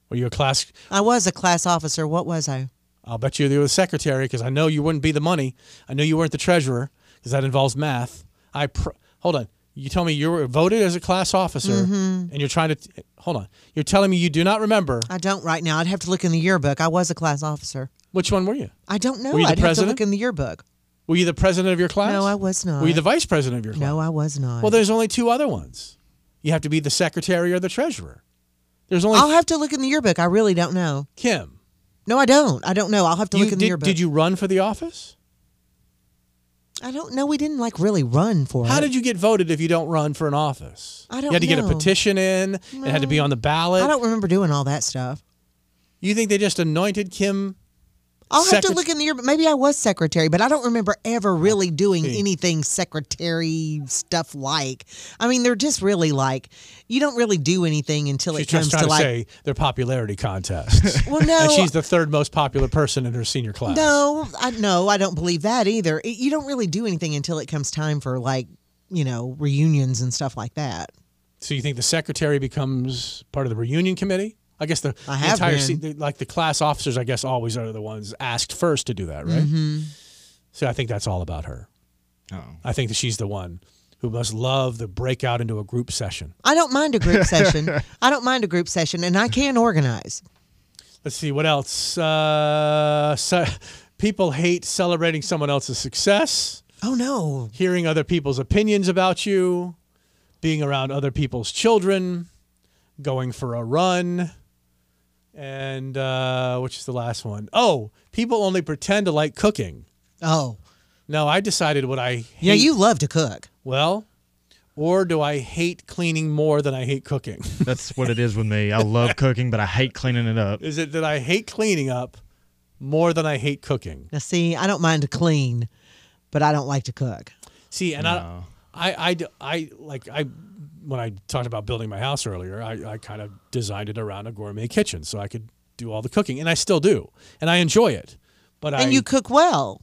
I: Were you a class?
J: I was a class officer. What was I?
I: I'll bet you you were the secretary because I know you wouldn't be the money. I know you weren't the treasurer because that involves math. I pr- hold on. You tell me you were voted as a class officer,
J: Mhm.
I: and you're trying to t- hold on. You're telling me you do not remember
J: I don't right now. I'd have to look in the yearbook. I was a class officer.
I: which one were you?
J: I don't know.
I: Were you the
J: I'd
I: president?
J: have to look in the yearbook.
I: Were you the president of your class?
J: No, I was not.
I: Were you the vice president of your class?
J: No, I was not.
I: Well, there's only two other ones. You have to be the secretary or the treasurer. There's only
J: I'll have to look in the yearbook. I really don't know.
I: Kim.
J: No, I don't. I don't know. I'll have to
I: You
J: look in
I: did,
J: the yearbook.
I: did you run for the office?
J: I don't know. We didn't like really run for
I: How
J: it.
I: did you get voted if you don't run for an office?
J: I
I: You
J: don't
I: had to get a
J: know.
I: petition in. It had to be on the ballot.
J: I don't remember doing all that stuff.
I: You think they just anointed Kim?
J: I'll have to
I: secret-
J: look in the yearbook. Maybe I was secretary, but I don't remember ever really doing anything secretary stuff like. I mean, they're just really like you don't really do anything until
I: She's
J: it comes
I: just trying to,
J: like
I: say their popularity contests.
J: Well,
I: and
J: no.
I: she's the third most popular person in her senior class.
J: No, I no, I don't believe that either. It, you don't really do anything until it comes time for like, you know, reunions and stuff like that.
I: So you think the secretary becomes part of the reunion committee? I guess the,
J: I
I: the
J: have
I: entire
J: been.
I: se- the, like the class officers, I guess, always are the ones asked first to do that, right?
J: Mhm.
I: So I think that's all about her.
E: Oh.
I: I think that she's the one who must love the breakout into a group session.
J: I don't mind a group session. I don't mind a group session and I can organize.
I: Let's see what else. Uh, so, people hate celebrating someone else's success.
J: Oh no!
I: Hearing other people's opinions about you, being around other people's children, going for a run, and uh, which is the last one? Oh, people only pretend to like cooking.
J: Oh.
I: No, I decided what I. Hate.
J: Yeah, you love to cook.
I: Well, or do I hate cleaning more than I hate cooking?
E: That's what it is with me. I love cooking, but I hate cleaning it up.
I: Is it that I hate cleaning up more than I hate cooking?
J: Now see, I don't mind to clean, but I don't like to cook.
I: See, and I, I, I, d- I- like I, when I talked about building my house earlier, I, I kind of designed it around a gourmet kitchen so I could do all the cooking, and I still do, and I enjoy it. But I
J: and you cook well.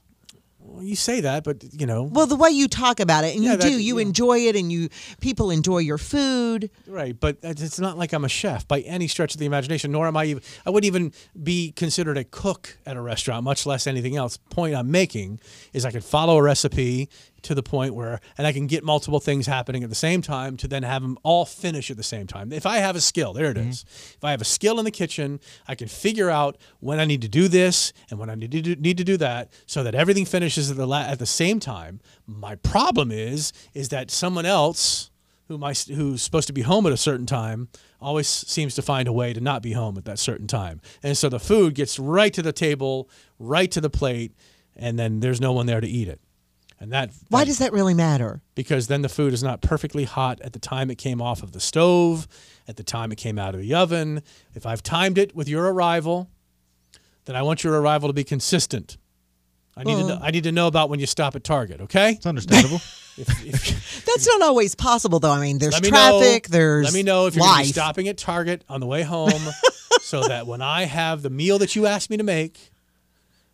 I: Well, you say that, but you know.
J: Well, the way you talk about it, and
I: Yeah,
J: you
I: that-
J: do, you
I: yeah.
J: enjoy it, and you people enjoy your food.
I: Right, but it's it's not like I'm a chef by any stretch of the imagination. Nor am I even. I wouldn't even be considered a cook at a restaurant, much less anything else. Point I'm making is I can follow a recipe to the point where, and I can get multiple things happening at the same time to then have them all finish at the same time. If I have a skill, there it is. If I have a skill in the kitchen, I can figure out when I need to do this and when I need to do, need to do that, so that everything finishes at the la- at the same time. My problem is is that someone else who my, who's supposed to be home at a certain time always seems to find a way to not be home at that certain time. And so the food gets right to the table, right to the plate, and then there's no one there to eat it. And that
J: Why does that really matter?
I: because then the food is not perfectly hot at the time it came off of the stove, at the time it came out of the oven. If I've timed it with your arrival, then I want your arrival to be consistent. I need to know,
J: Well-
I: I need to know about when you stop at Target, okay? It's
E: understandable.
J: That's not always possible, though. I mean, there's
I: Let me know-
J: traffic. There's
I: let me know if you're gonna be
J: life.
I: stopping at Target on the way home, so that when I have the meal that you asked me to make,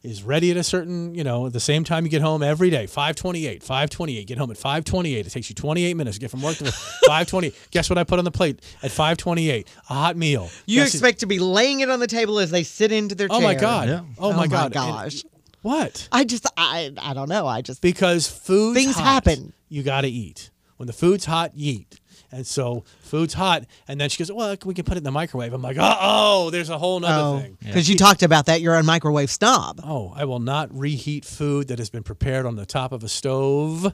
I: is ready at a certain you know at the same time you get home every day 528 528 get home at 528 it takes you 28 minutes to get from work to 528 guess what i put on the plate at 528 a hot meal
J: You
I: Guess-
J: expect to be laying it on the table as they sit into their
I: Oh
J: chair.
I: my God. Yeah. Oh my God. And-
J: gosh.
I: what
J: I just I I don't know. I just
I: because food
J: Things happen.
I: You got to eat. When the food's hot, you eat. And so food's hot, and then she goes, "Well, we can put it in the microwave." I'm like, "Uh oh, there's a whole nother
J: Oh,
I: thing."
J: because you talked about that. You're a microwave snob.
I: Oh, I will not reheat food that has been prepared on the top of a stove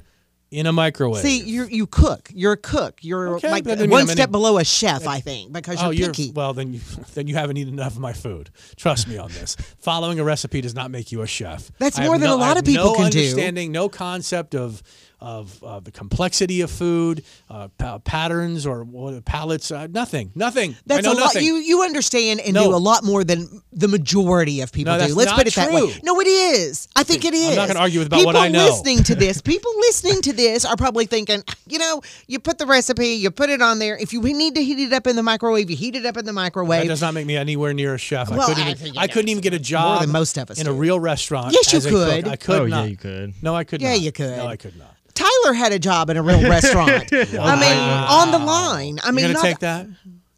I: in a microwave.
J: See, you you cook. You're a cook. You're
I: Okay,
J: like
I: but I mean,
J: one
I: I'm any-
J: step below a chef, I think, because
I: oh,
J: you're
I: you're
J: picky.
I: well. Then you then you haven't eaten enough of my food. Trust me on this. Following a recipe does not make you a chef.
J: That's
I: I have
J: more than
I: no-
J: a lot
I: I
J: of
I: have
J: people
I: no
J: can do.
I: Understanding, no concept of of uh, the complexity of food, uh, pa- patterns or what, palettes. Uh, nothing. Nothing. I
J: That's
I: know
J: a lot.
I: nothing.
J: You you understand and
I: No.
J: do a lot more than the majority of people
I: No, that's
J: do. Let's
I: not
J: put it that way.
I: true.
J: No, it is. I think it is.
I: I'm not gonna argue with about
J: people
I: what I know.
J: listening to this, people listening to this are probably thinking, you know, you put the recipe, you put it on there. If you need to heat it up in the microwave, you heat it up in the
I: That
J: microwave.
I: does not make me anywhere near a chef.
J: Well,
I: I couldn't
J: I
I: even,
J: think
I: I couldn't even get a job
J: than most of us
I: in a
J: do.
I: real restaurant.
J: Yes, you
I: as a cook.
J: could.
I: I could
J: Oh, yeah,
I: not.
E: you could.
I: No, I could
J: Yeah,
I: not.
J: you could.
I: No, I could not.
J: Tyler had a job in a real restaurant.
I: Oh,
J: I mean, on the line. I mean,
I: You're
J: not,
I: gonna take that?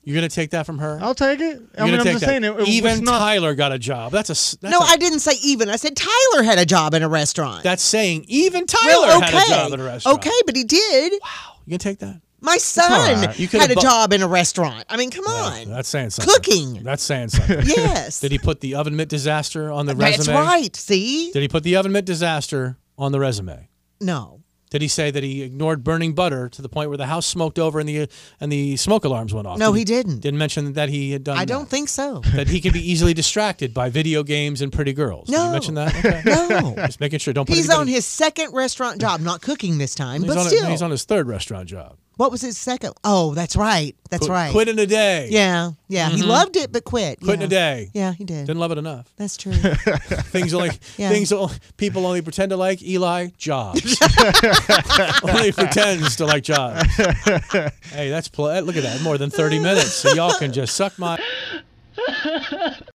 I: You're gonna take that from her?
E: I'll take it.
I: You're
E: I
I: gonna
E: mean, I'm
I: take
E: just
I: that.
E: saying it. it
I: even
E: was not,
I: Tyler got a job. That's a s- that's
J: no,
I: a-
J: I didn't say even. I said Tyler had a job in a restaurant.
I: that's saying even Tyler
J: Well,
I: had a job at a restaurant.
J: Okay, but he did.
I: You can take that.
J: My
I: all
J: son
I: right. You could've
J: had a
I: bu-
J: job in a restaurant. I mean, come on.
I: That's saying something.
J: Cooking.
I: That's saying something.
J: Yes.
I: Did he put the oven mitt disaster on the resume?
J: That's right. See?
I: Did he put the oven mitt disaster on the resume?
J: No.
I: Did he say that he ignored burning butter to the point where the house smoked over and the and the smoke alarms went off?
J: No, he didn't.
I: Didn't mention that he had done.
J: I
I: that.
J: don't think so.
I: that he can be easily distracted by video games and pretty girls. Did
J: No.
I: you mention that? Okay.
J: No.
I: Just making sure. Don't put
J: He's
I: anybody-
J: on his second restaurant job, not cooking this time,
I: He's
J: but
I: on a-
J: still.
I: he's on his third restaurant job.
J: what was his second? Oh, that's right. That's
I: Quit-
J: right.
I: Quit in a day.
J: Yeah. Yeah. He
I: Mhm.
J: loved it, but quit.
I: Quit
J: yeah.
I: in a day.
J: Yeah, he did.
I: Didn't love it enough.
J: That's true.
I: Things only
J: Yeah.
I: things only, people only pretend to like. Eli jobs only pretends to like jobs. Hey, that's pl- look at that. More than thirty minutes. So y'all can just suck my.